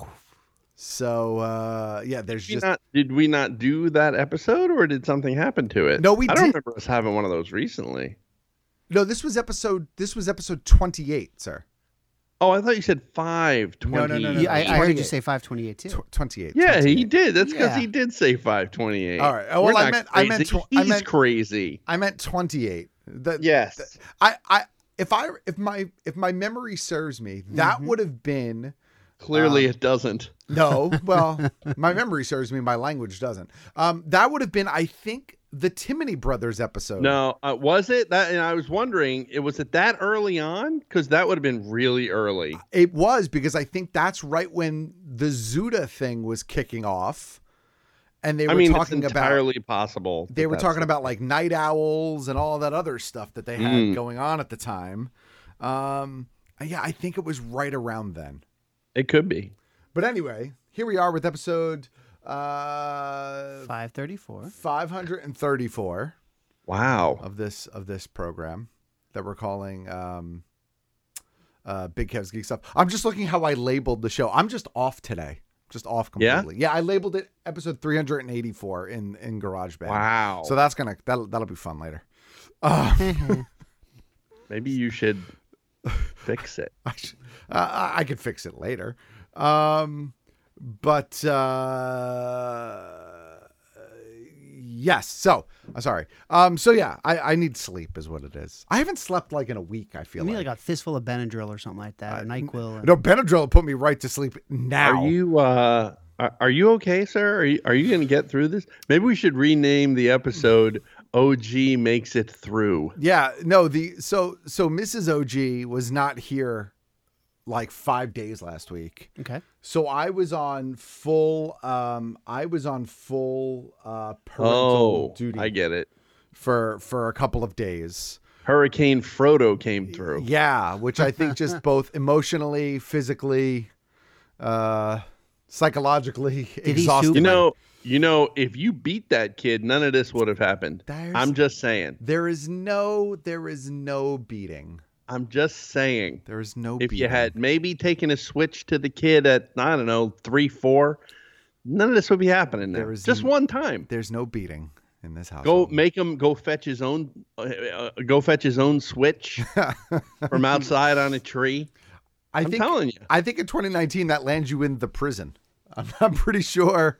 So uh, yeah, there's Did we, just not, did we not do that episode or did something happen to it? No, we I don't did- remember us having one of those recently. no. This was episode. This was episode twenty eight, sir. Oh, I thought you said 520. No, no, no, no, Yeah, I, I heard 28. you say 528 too. Tw- twenty eight. Yeah, he did. That's because Yeah. he did say 528. All right. Oh, We're well, I not meant- I meant crazy. tw- I He's meant- crazy. I meant 28. That, Yes. that- I, I, if I, if my, if my memory serves me, that Mm-hmm. would have been um, Clearly, it doesn't. no. Well, my memory serves me. My language doesn't. Um, that would have been, I think, the Timony Brothers episode. No, uh, was it that? And I was wondering, it was it that early on? Because that would have been really early. it was because I think that's right when the Zuda thing was kicking off, and they were I mean, it's talking about. entirely possible. They that were that's- talking about like night owls and all that other stuff that they had Mm. going on at the time. Um, yeah, I think it was right around then. It could be. But anyway, here we are with episode uh 534. 534 Wow. of this of this program that we're calling um uh Big Kev's Geek Stuff. I'm just looking how I labeled the show. I'm just off today. Just off Yeah? completely. Yeah, I labeled it episode 384 in in GarageBand. Wow. So So that's going to that'll, that'll be fun later. Uh, maybe you should fix it. I, should, uh, I could fix it later. Um, but uh, yes, so I'm sorry. Um, so yeah, I, I need sleep is what it is. I haven't slept like in a week. I You feel need like, like a fistful of Benadryl or something like that, or NyQuil. and- no Benadryl put me right to sleep now. Are you? uh are- are you okay, sir? Are you, are you going to get through this? Maybe we should rename the episode OG Makes It Through. Yeah, no. The so so Mrs. OG was not here like five days last week. Okay. So I was on full. Um, I was on full uh, parental Oh, duty. I get it. for for a couple of days. Hurricane Frodo came through. Yeah, which I think just both emotionally, physically, uh, psychologically he exhausted. sue- You know, you know, if you beat that kid, none of this would have happened. There's- I'm just saying. there is no there is no beating. I'm just saying. There is no If beating. you had maybe taken a switch to the kid at I don't know three four, none of this would be happening. Now. There is just n- one time. there's no beating in this house. Go make him go fetch his own, uh, uh, go fetch his own switch from outside on a tree. I I'm think telling you. I think in 2019 that lands you in the prison. I'm, I'm pretty sure.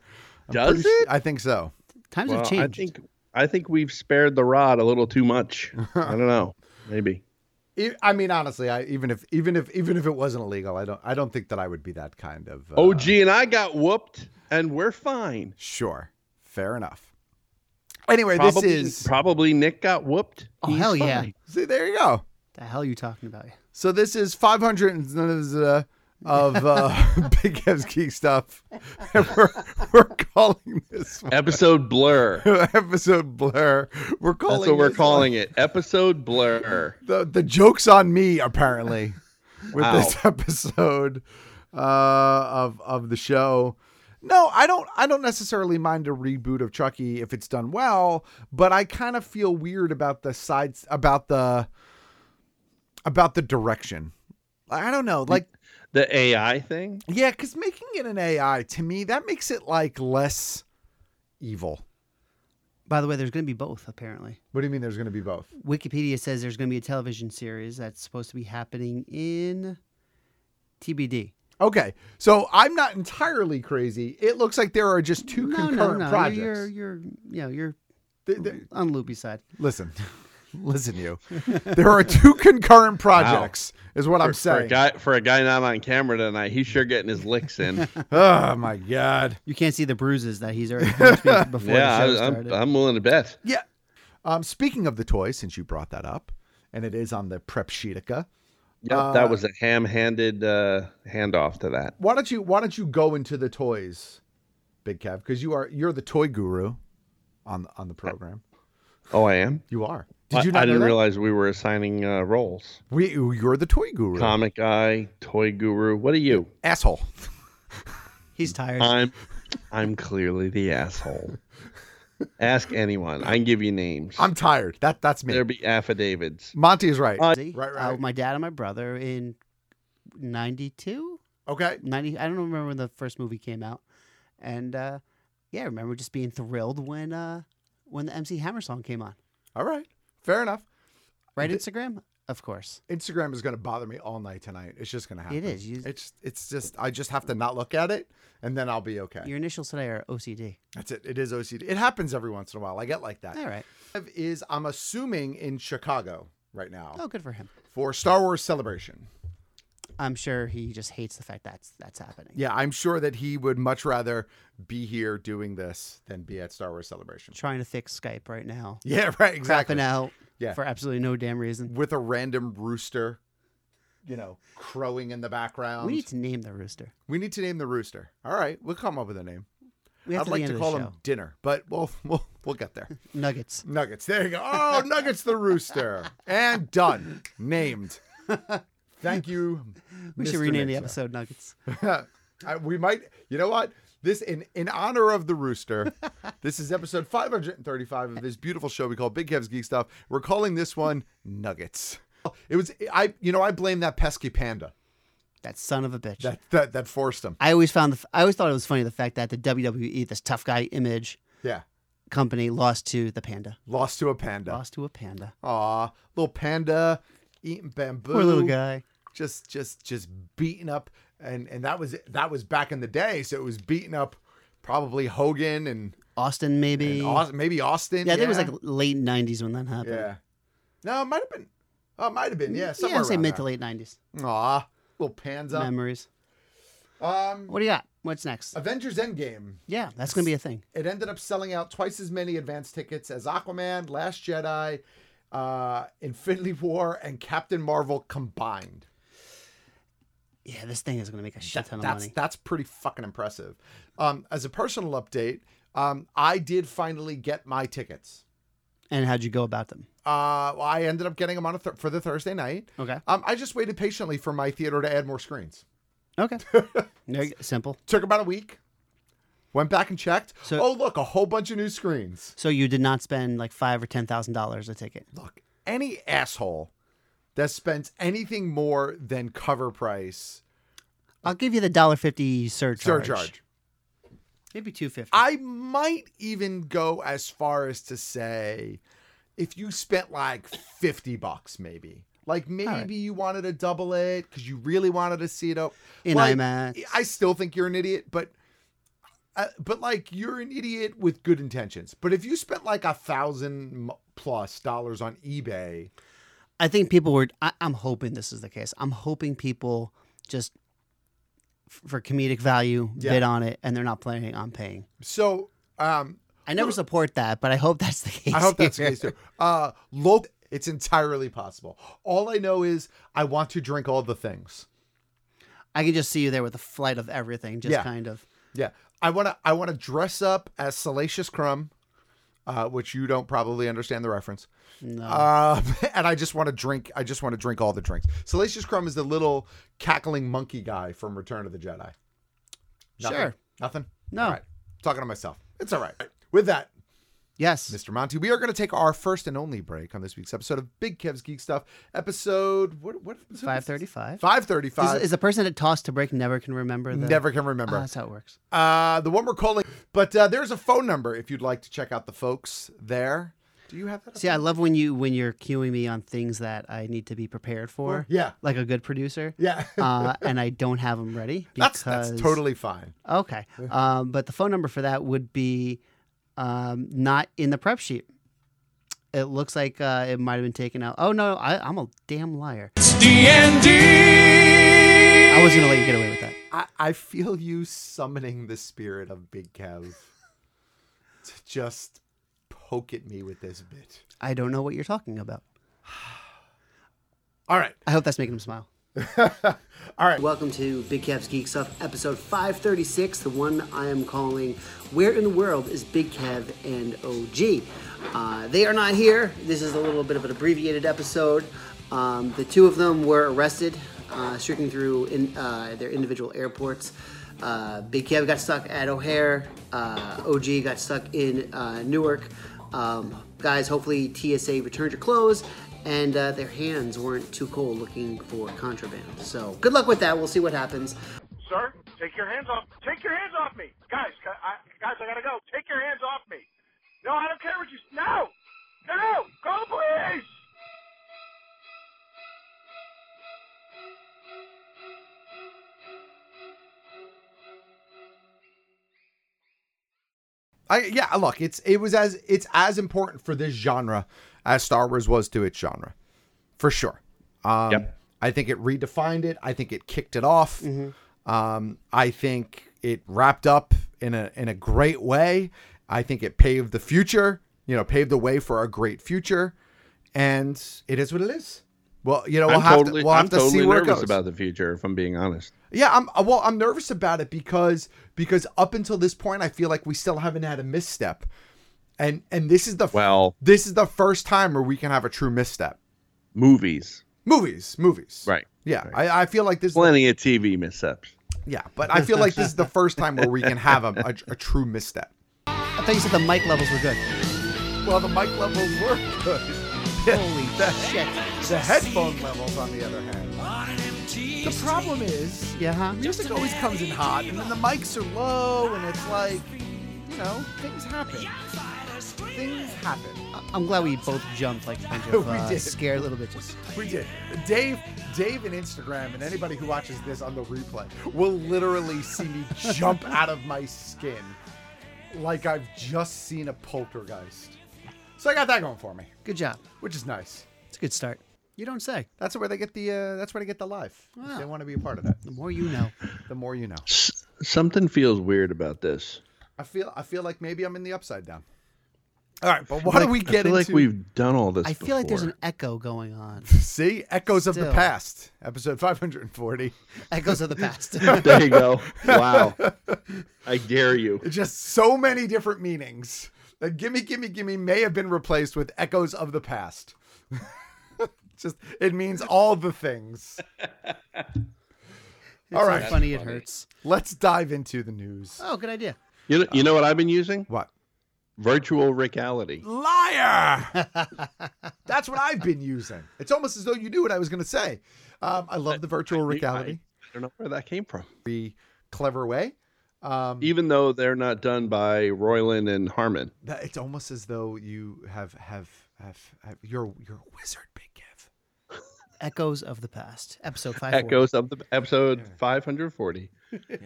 I'm Does pretty su- it? I think so. Times Well, have I changed. think I think we've spared the rod a little too much. I don't know. Maybe. E- I mean, honestly, I even if even if even if it wasn't illegal, I don't I don't think that I would be that kind of uh, OG and I got whooped, and we're fine. Sure. Fair enough. Anyway, Probably, this is probably Nick got whooped. Oh, He's hell yeah. fine. see there you go. The hell are you talking about? So this is 500 and- of uh, Big Ev's Geek Stuff. And we're, we're calling this one Episode blur. episode Blur. We're calling That's what we're this one- calling it. Episode blur. the the joke's on me apparently with Ow. this episode uh, of of the show. No, I don't. I don't necessarily mind a reboot of Chucky if it's done well, but I kind of feel weird about the sides about the about the direction. I don't know, like The AI thing. yeah, because making it an AI to me that makes it like less evil. By the way, there's going to be both, apparently. What do you mean? There's going to be both? Wikipedia says there's going to be a television series that's supposed to be happening in TBD. Okay, so I'm not entirely crazy. It looks like there are just two no, concurrent no, no. You're- projects. You're, you're, you know, you're Th- th- on loopy side. listen, listen, you. There are two concurrent projects, is what I'm For a saying. guy for a guy not on camera tonight, he's sure getting his licks in. Oh my god. You can't see the bruises that he's already before yeah, the show I, started. I'm, I'm willing to bet. Yeah. Um, speaking of the toy, since you brought that up, and it is on the prep sheetica, Yep, that was a ham-handed uh, handoff to that. why don't you why don't you go into the toys, Big Kev? Because you are you're the toy guru on on the program. Oh, I am. You are. I- Did you I, not know didn't that? realize we were assigning uh, roles. We you're the toy guru. Comic guy, toy guru. What are you? Asshole. he's tired. I'm I'm clearly the asshole. Ask anyone. I can give you names. I'm tired. That that's me. There'll be affidavits. Monty is right. Uh, See? right, Uh, right. my dad and my brother in 92? Okay. 90 I don't remember when the first movie came out. And uh, yeah, I remember just being thrilled when uh, when the MC Hammer song came on. All right. Fair enough. Right, Instagram? Of course. Instagram is going to bother me all night tonight. It's just going to happen. is. You- It's it's just I just have to not look at it, and then I'll be okay. Your initials today are OCD. That's it. It is OCD. It happens every once in a while. I get like that. All right. Kev Is I'm assuming in Chicago right now Oh, good for him. for Star Wars Celebration. I'm sure he just hates the fact that's that's happening. Yeah, I'm sure that he would much rather be here doing this than be at Star Wars Celebration. Trying to fix Skype right now. Yeah, right. Exactly. Crapping out Yeah. for absolutely no damn reason. With a random rooster, you know, crowing in the background. We need to Um, name the rooster. we need to name the rooster. All right, we'll come up with a name. We have I'd like the to end call of the him dinner, but we'll we'll we'll get there. show. Nuggets. Nuggets. There you go. Oh, Nuggets the rooster. And done. Named. Thank you. We Mr. should rename the Mixer. episode Nuggets. I- we might. You know what? This in in honor of the rooster. this is episode 535 of this beautiful show we call Big Kev's Geek Stuff. We're calling this one Nuggets. It was I. You know I blame that pesky panda That son of a bitch. that that that forced him. I always found the, f- I always thought it was funny the fact that the WWE, this tough guy image Yeah, company, lost to the panda. lost to a panda. Lost to a panda. Aw, little panda eating bamboo. Poor little guy. just just just beaten up and and that was that was back in the day so it was beaten up probably hogan and, Austin, maybe. and Aus- maybe austin yeah, I think it was like late '90s when that happened. yeah no it might have been oh it might have been yeah yeah somewhere I'd say around mid to late '90s. there. Aw, little panza Memories. um What do you got? What's next? avengers endgame Yeah, that's gonna be a thing. it ended up selling out twice as many advance tickets as aquaman last jedi uh infinity war and captain marvel combined Yeah, this thing is gonna make a shit That- ton of that's money. that's pretty fucking impressive. Um, as a personal update, um, I did finally get my tickets. And how'd you go about them? Uh, well, I ended up getting them on a th- for the Thursday night. Okay. Um, I just waited patiently for my theater to add more screens. Okay. There you go. Simple. Took about a week. Went back and checked. So- oh look, a whole bunch of new screens. So you did not spend like five or ten thousand dollars a ticket. Look, any asshole that spends anything more than cover price I'll give you the dollar fifty surcharge. surcharge. Maybe two fifty. I might even go as far as to say if you spent like 50 bucks maybe. Like maybe right. you wanted to double it cuz you really wanted to see it up In like, IMAX. I still think you're an idiot, but uh, but like you're an idiot with good intentions. But if you spent like a thousand m- plus dollars on eBay, I think people were. I, I'm hoping this is the case. I'm hoping people just f- for comedic value Yeah. bid on it, and they're not planning on paying. so um, I never support that, but I hope that's the case. I hope that's the here. case too. Uh, local, it's entirely possible. All I know is I want to drink all the things. I can just see you there with a flight of everything, just Yeah. kind of. Yeah, I want to. I want to dress up as Salacious Crumb, uh, which you don't probably understand the reference. No. Um, and I just want to drink. I just want to drink all the drinks. Salacious Crumb is the little cackling monkey guy from Return of the Jedi. Nothing? Sure. Nothing. No. All right. Talking to myself. It's all right. With that, Yes. Mr. Monty, we are going to take our first and only break on this week's episode of Big Kev's Geek Stuff. Episode what? What? Five thirty-five. Five Is, thirty-five. is the person that tossed to break never can remember the Never can Ah, remember. that's how it works. Uh, the one we're calling, but uh, there's a phone number if you'd like to check out the folks there. Do you have that? up See, I love when you when you're cueing me on things that I need to be prepared for, there? yeah, like a good producer, yeah. uh, and I don't have them ready. that's that's because- totally fine. okay. Um, but the phone number for that would be um, not in the prep sheet. It looks like uh, it might have been taken out. Oh no, I, I'm a damn liar. It's D&D. I was gonna let you get away with that. I, I feel you summoning the spirit of Big Kev to just poke at me with this bit. I don't know what you're talking about. All right, I hope that's making him smile. all right. Welcome to Big Kev's Geek Stuff, episode 536, the one I am calling Where in the World is Big Kev and OG? Uh, they are not here. This is a little bit of an abbreviated episode. Um, the two of them were arrested, uh, streaking through in, uh, their individual airports. Uh, Big Kev got stuck at O'Hare, uh, OG got stuck in uh, Newark. Um, guys, hopefully TSA returned your clothes and uh, their hands weren't too cold looking for contraband. So good luck with that. We'll see what happens. Sir, take your hands off. Take your hands off me, guys. gu- I, guys, I gotta go. Take your hands off me. No, I don't care what you. No, no, call the police. I yeah, look, it's it was as it's as important for this genre as Star Wars was to its genre, for sure. Um, Yep. I think it redefined it. I think it kicked it off. Um, I think it wrapped up in a in a great way. I think it paved the future. You know, paved the way for a great future, and it is what it is. Well, you know, we'll I'm have totally, to, we'll have I'm to totally see where it nervous goes. about the future, if I'm being honest. Yeah, I'm uh, well. I'm nervous about it because because up until this point, I feel like we still haven't had a misstep, and and this is the f- Well- this is the first time where we can have a true misstep. Movies, Movies, movies, right? Yeah, I, I feel like this. Plenty of TV missteps. Yeah, but I feel like this is the first time where we can have a, a, a true misstep. I thought you said the mic levels were good. Well, the mic levels were good. Holy shit. The headphone levels, on the other hand, the problem is Yeah, huh? music always comes in hot, and then the mics are low, and it's like, you know, things happen. Things happen. I'm glad we both jumped like a bunch of We uh, did. scared little bitches. We did. Dave, Dave, and Instagram, and anybody who watches this on the replay will literally see me jump out of my skin, like I've just seen a poltergeist. So I got that going for me, Good job. which is nice. It's a good start. You don't say. That's where they get the. Uh, that's where they get the life. If Ah. they want to be a part of that. The more you know. The more you know. S- something feels weird about this. I feel. I feel like maybe I'm in the upside down. All right, but why do Like, we I get feel into? like we've done all this. I feel like there's an before. echo going on. See, echoes of the Still. past, episode 540. Echoes of the past. There you go. Wow. I dare you. Just so many different meanings. The gimme, gimme, gimme may have been replaced with echoes of the past. Just it means all the things. all right, funny, it hurts. let's dive into the news. Oh, good idea. You know, you know what I've been using? What? Virtual reality. Liar! That's what I've been using. It's almost as though you knew what I was going to say. Um, I love the virtual reality. I don't know where that came from. Be clever way. Um, Even though they're not done by Royland and Harmon. that it's almost as though you have have have, have you're you're a wizard, Big Kev. Echoes of the past. Episode five. Echoes of the episode 540. Yeah,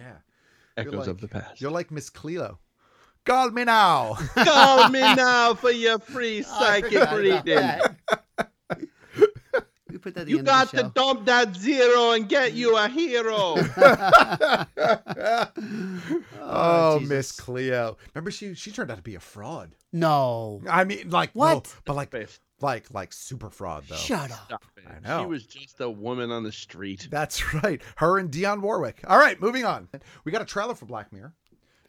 Echoes of the past. Oh, You're like Miss Cleo. Call me now. Call me now for your free psychic reading. We put that at the You end got of the show. to dump that zero and get you a hero. oh, Jesus. Miss Cleo. Remember she she turned out to be a fraud. No. I mean, like no, What? but like Face. like like super fraud though. Shut up. Stop it. I know. She was just a woman on the street. That's right. Her and Dionne Warwick. All right, moving on. We got a trailer for Black Mirror.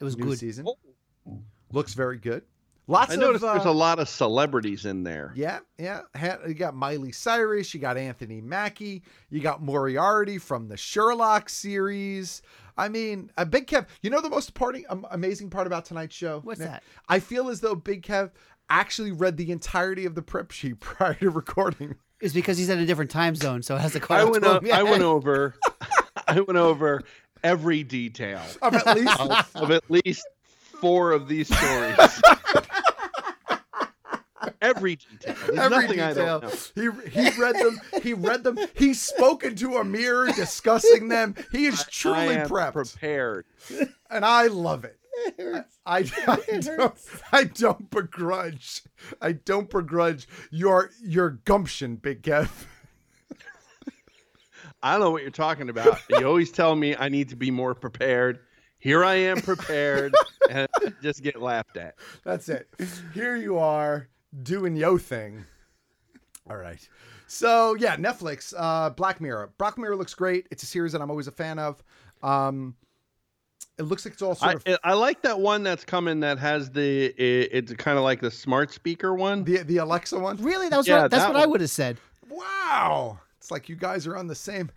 It was New good. season. Oh. Looks very good. Lots I of noticed uh, there's a lot of celebrities in there. Yeah, yeah. Ha- You got Miley Cyrus. You got Anthony Mackie. You got Moriarty from the Sherlock series. I mean, a Big Kev. You know the most parting, um, amazing part about tonight's show. What's Nick? that? I feel as though Big Kev actually read the entirety of the prep sheet prior to recording. It's because he's at a different time zone, so it has to call I up went to up, him. I went Yeah. over I went over every detail Of at least of, of at least four of these stories. every detail. There's every nothing I detail. don't know. He he read them. He read them. He's spoken to a mirror discussing them. He is I truly am prepped, prepared. and I love it. I, I don't, I don't begrudge. I don't begrudge your your gumption, Big Kev. I don't know what you're talking about. You always tell me I need to be more prepared. Here I am prepared and I just get laughed at. That's it. Here you are doing yo thing. All right. So yeah, Netflix, uh, Black Mirror. Black Mirror looks great. It's a series that I'm always a fan of. Um, it looks like it's all sort I, of I like that one that's coming that has the it, it's kind of like the smart speaker one. the the Alexa one. Really? That was Yeah, what, that's that what I one. would have said. Wow, it's like you guys are on the same.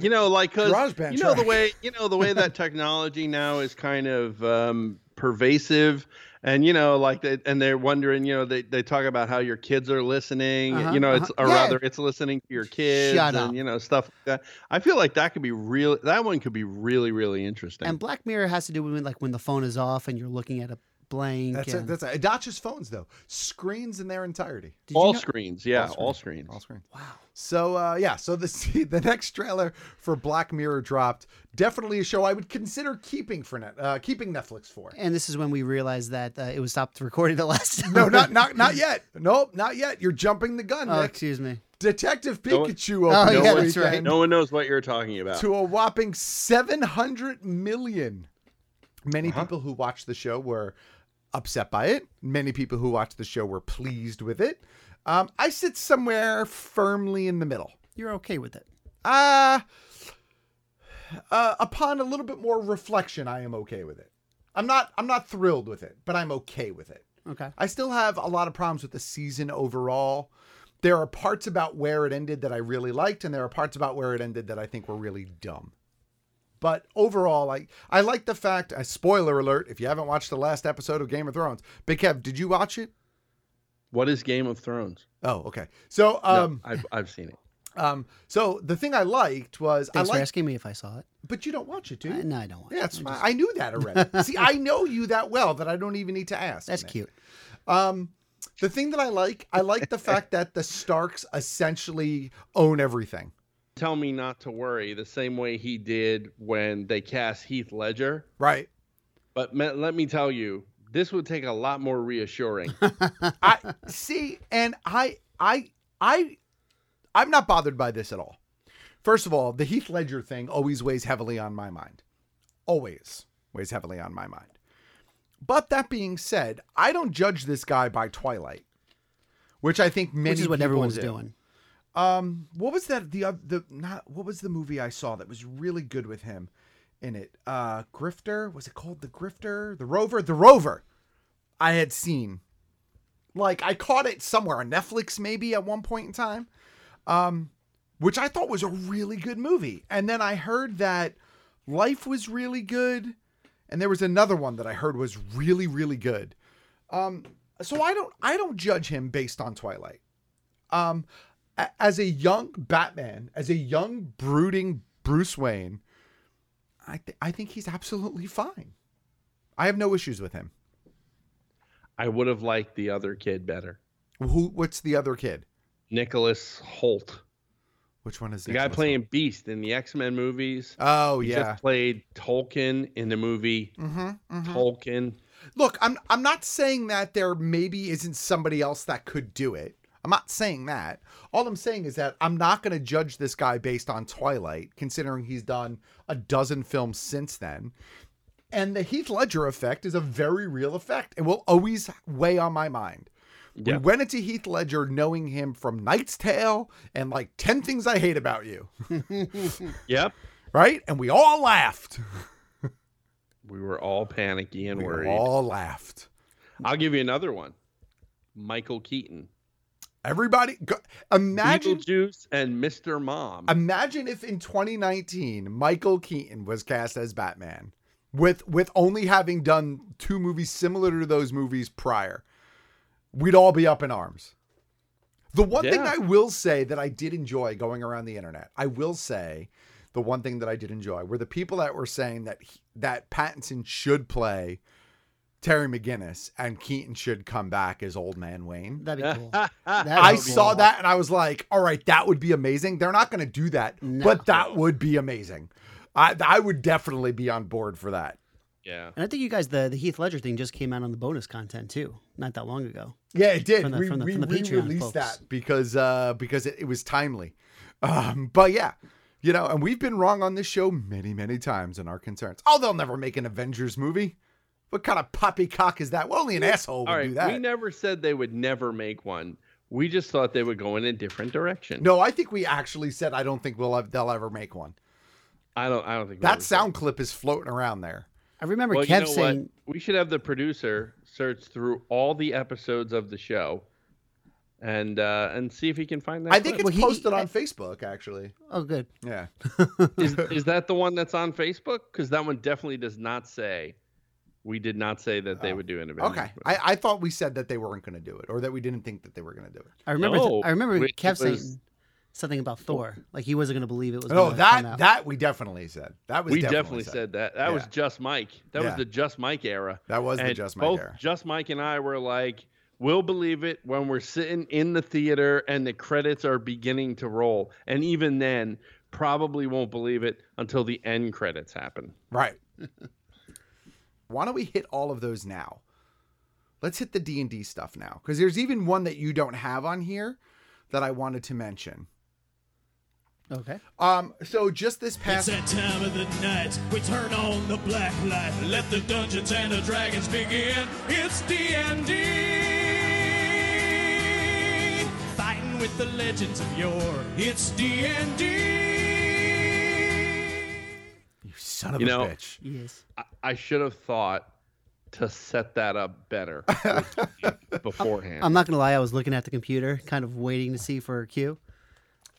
you know like 'cause GarageBand you know the track. way you know the way that technology now is kind of um, pervasive and you know like they, and they're wondering you know they, they talk about how your kids are listening Uh-huh, you know it's uh-huh. or Yeah. rather it's listening to your kids Shut and up. you know stuff like that i feel like that could be real that one could be really really interesting And Black Mirror has to do with like when the phone is off and you're looking at a blank. That's it. and- That's it. Adacha's phones though, screens in their entirety. Did you all know- screens yeah All all screen. screens, All screen. Wow. So uh, yeah, so the the next trailer for Black Mirror dropped. Definitely a show I would consider keeping for net, uh, keeping Netflix for. And this is when we realized that uh, it was stopped recording the last time. No, not not not yet. Nope, not yet. You're jumping the gun, Oh, Nick. excuse me. Detective No- Pikachu Oh, opened yeah, this that's right. weekend no one knows what you're talking about to a whopping 700 million. Many people who watched the show were upset by it. Many people who watched the show were pleased with it. Um, I sit somewhere firmly in the middle. You're okay with it. Uh, uh, upon a little bit more reflection, I am okay with it. I'm not I'm not thrilled with it, but I'm okay with it. Okay. I still have a lot of problems with the season overall. There are parts about where it ended that I really liked, and there are parts about where it ended that I think were really dumb. But overall, I I like the fact. I spoiler alert: if you haven't watched the last episode of Game of Thrones, Big Kev, did you watch it? what is game of thrones Oh, okay. So No, um I've, I've seen it um so the thing I liked was Thanks I liked, for asking me if I saw it. but you don't watch it, do you? Uh, no, I don't want Yeah, it. that's fine. I knew that already. See, I know you that well that I don't even need to ask. That's Nick. cute. Um, the thing that I like, I like the fact that the Starks essentially own everything. tell me not to worry the same way he did when they cast heath ledger Right. But me- let me tell you, this would take a lot more reassuring. I see, and I, I, I, I'm not bothered by this at all. First of all, the Heath Ledger thing always weighs heavily on my mind. Always weighs heavily on my mind. But that being said, I don't judge this guy by Twilight, which I think many Which is what people everyone's do. doing. Um, what was that? The oth- the not what was the movie I saw that was really good with him in it? Uh, Grifter was it called? The Grifter, the Rover, the Rover. I had seen, like, I caught it somewhere on Netflix, maybe at one point in time, um, which I thought was a really good movie. And then I heard that Life was really good, and there was another one that I heard was really really good. Um, so I don't I don't judge him based on Twilight um a- as a young batman as a young brooding bruce wayne i th- i think he's absolutely fine i have no issues with him I would have liked the other kid better. who what's the other kid Nicholas Holt, which one is the guy next? playing Beast in the X Men movies. oh He yeah just played Tolkien in the movie Mhm, mhm. Tolkien. look i'm i'm not saying that there maybe isn't somebody else that could do it i'm not saying that all i'm saying is that i'm not going to judge this guy based on twilight considering he's done a dozen films since then and the heath ledger effect is a very real effect and will always weigh on my mind We went into Heath Ledger knowing him from Knight's Tale and like 10 Things I Hate About You, Yep. right? And we all laughed. We were all panicky and We worried. all laughed. I'll give you another one. Michael Keaton. Everybody, go, imagine Beetlejuice and Mr. Mom. Imagine if in 2019 Michael Keaton was cast as Batman with with only having done two movies similar to those movies prior. We'd all be up in arms. The one thing Yeah. I will say that I did enjoy going around the internet, I will say the one thing that I did enjoy were the people that were saying that he- that Pattinson should play Terry McGinnis and Keaton should come back as Old Man Wayne. That'd be cool. I That'd be saw cool. that and I was like, all right, that would be amazing. They're not going to do that, No. but that would be amazing. I, I would definitely be on board for that. yeah. And I think you guys, the, the Heath Ledger thing just came out on the bonus content too, not that long ago. Yeah, it did. From the- we from the- we from the Patreon re-released folks. that because uh, because it, it was timely. Um, but yeah, you know, and we've been wrong on this show many, many times in our concerns. Oh, they'll never make an Avengers movie. What kind of poppycock is that? Well, only an asshole would All right. do that. We never said they would never make one. We just thought they would go in a different direction. no, I think we actually said I don't think we'll ev- they'll ever make one. I don't. I don't think That was- sound clip is floating around there. I remember Well, you Kev know saying, what? We should have the producer search through all the episodes of the show, and uh, and see if he can find that. I think clip. it's Well, he- posted on Facebook, actually. "Oh, good, Yeah. is, is that the one that's on Facebook? Because that one definitely does not say. We did not say that they would do an event. Oh. Okay. I, I thought we said that they weren't going to do it, or that we didn't think that they were going to do it. I remember, No, I remember it Kev was- saying something about Thor, like he wasn't going to believe it was." No, gonna come that out. that we definitely said. That was we definitely, definitely said that. That was Yeah. just Mike. That was Yeah. the just Mike era. That was the And Just Mike both era. Just Mike and I were like, we'll believe it when we're sitting in the theater and the credits are beginning to roll. And even then, probably won't believe it until the end credits happen. Right. Why don't we hit all of those now? Let's hit the D and D stuff now, because there's even one that you don't have on here that I wanted to mention. okay. Um, so just this It's past that time of the night. We turn on the black light. Let the dungeons and the dragons begin. It's D&D. Fighting with the legends of yore. It's D&D. you son of You a know- bitch. Yes. I, I should have thought to set that up better beforehand. I'm not going to lie. I was looking at the computer, kind of waiting to see for a cue.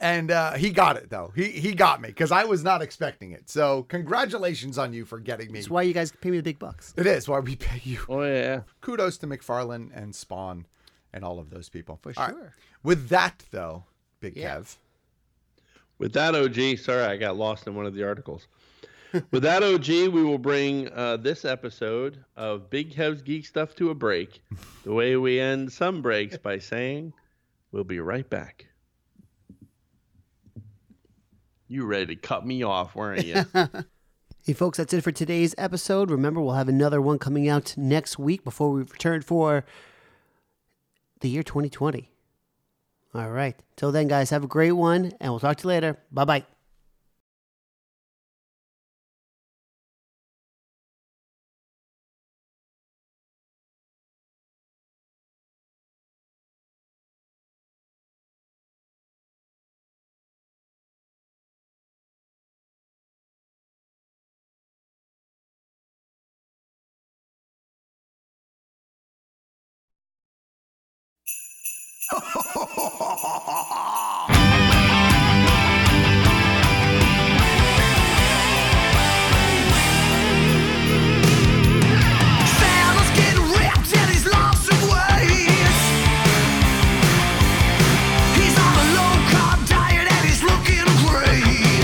And uh, he got it though. He he got me because I was not expecting it. So congratulations on you for getting me. That's why you guys pay me the big bucks. It is why we pay you. oh yeah. kudos to McFarlane and Spawn and all of those people. For sure. With that though, Big Kev. With that, OG, sorry, I got lost in one of the articles. With that, OG, we will bring uh, this episode of Big House Geek Stuff to a break. The way we end some breaks by saying, we'll be right back. You ready to cut me off, weren't you? Hey, folks, that's it for today's episode. Remember, we'll have another one coming out next week before we return for the year 2020. All right. Till then, guys, have a great one, and we'll talk to you later. Bye bye. Fellas get ripped in his lost ways. He's on a low carb diet and he's looking great.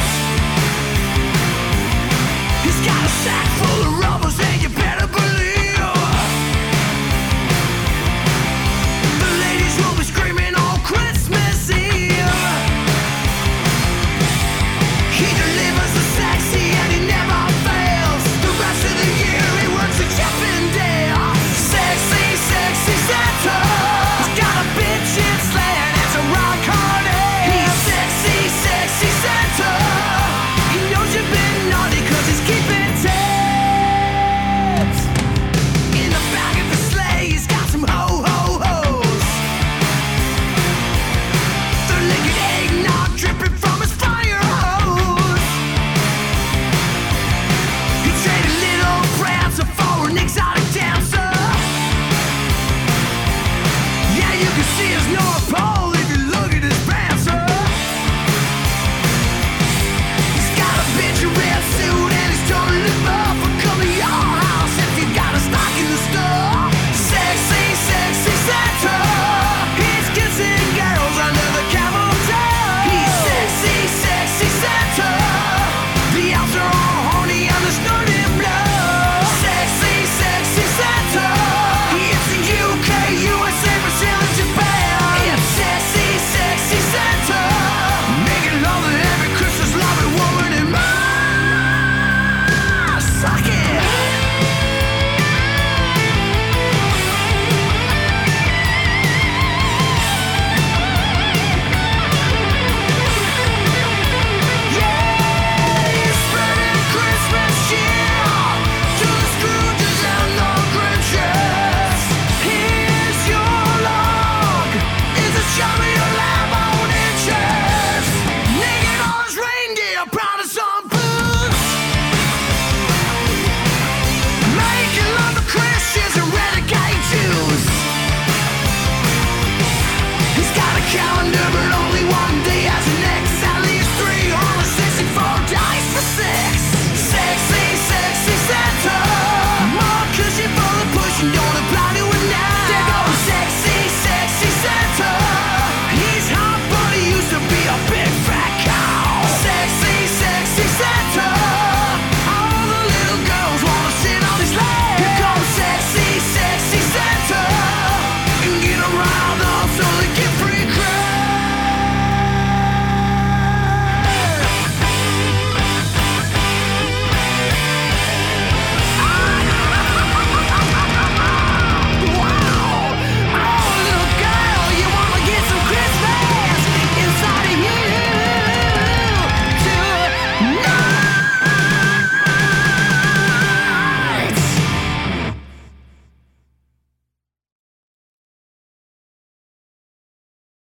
He's got a sack full "Oh, Oh,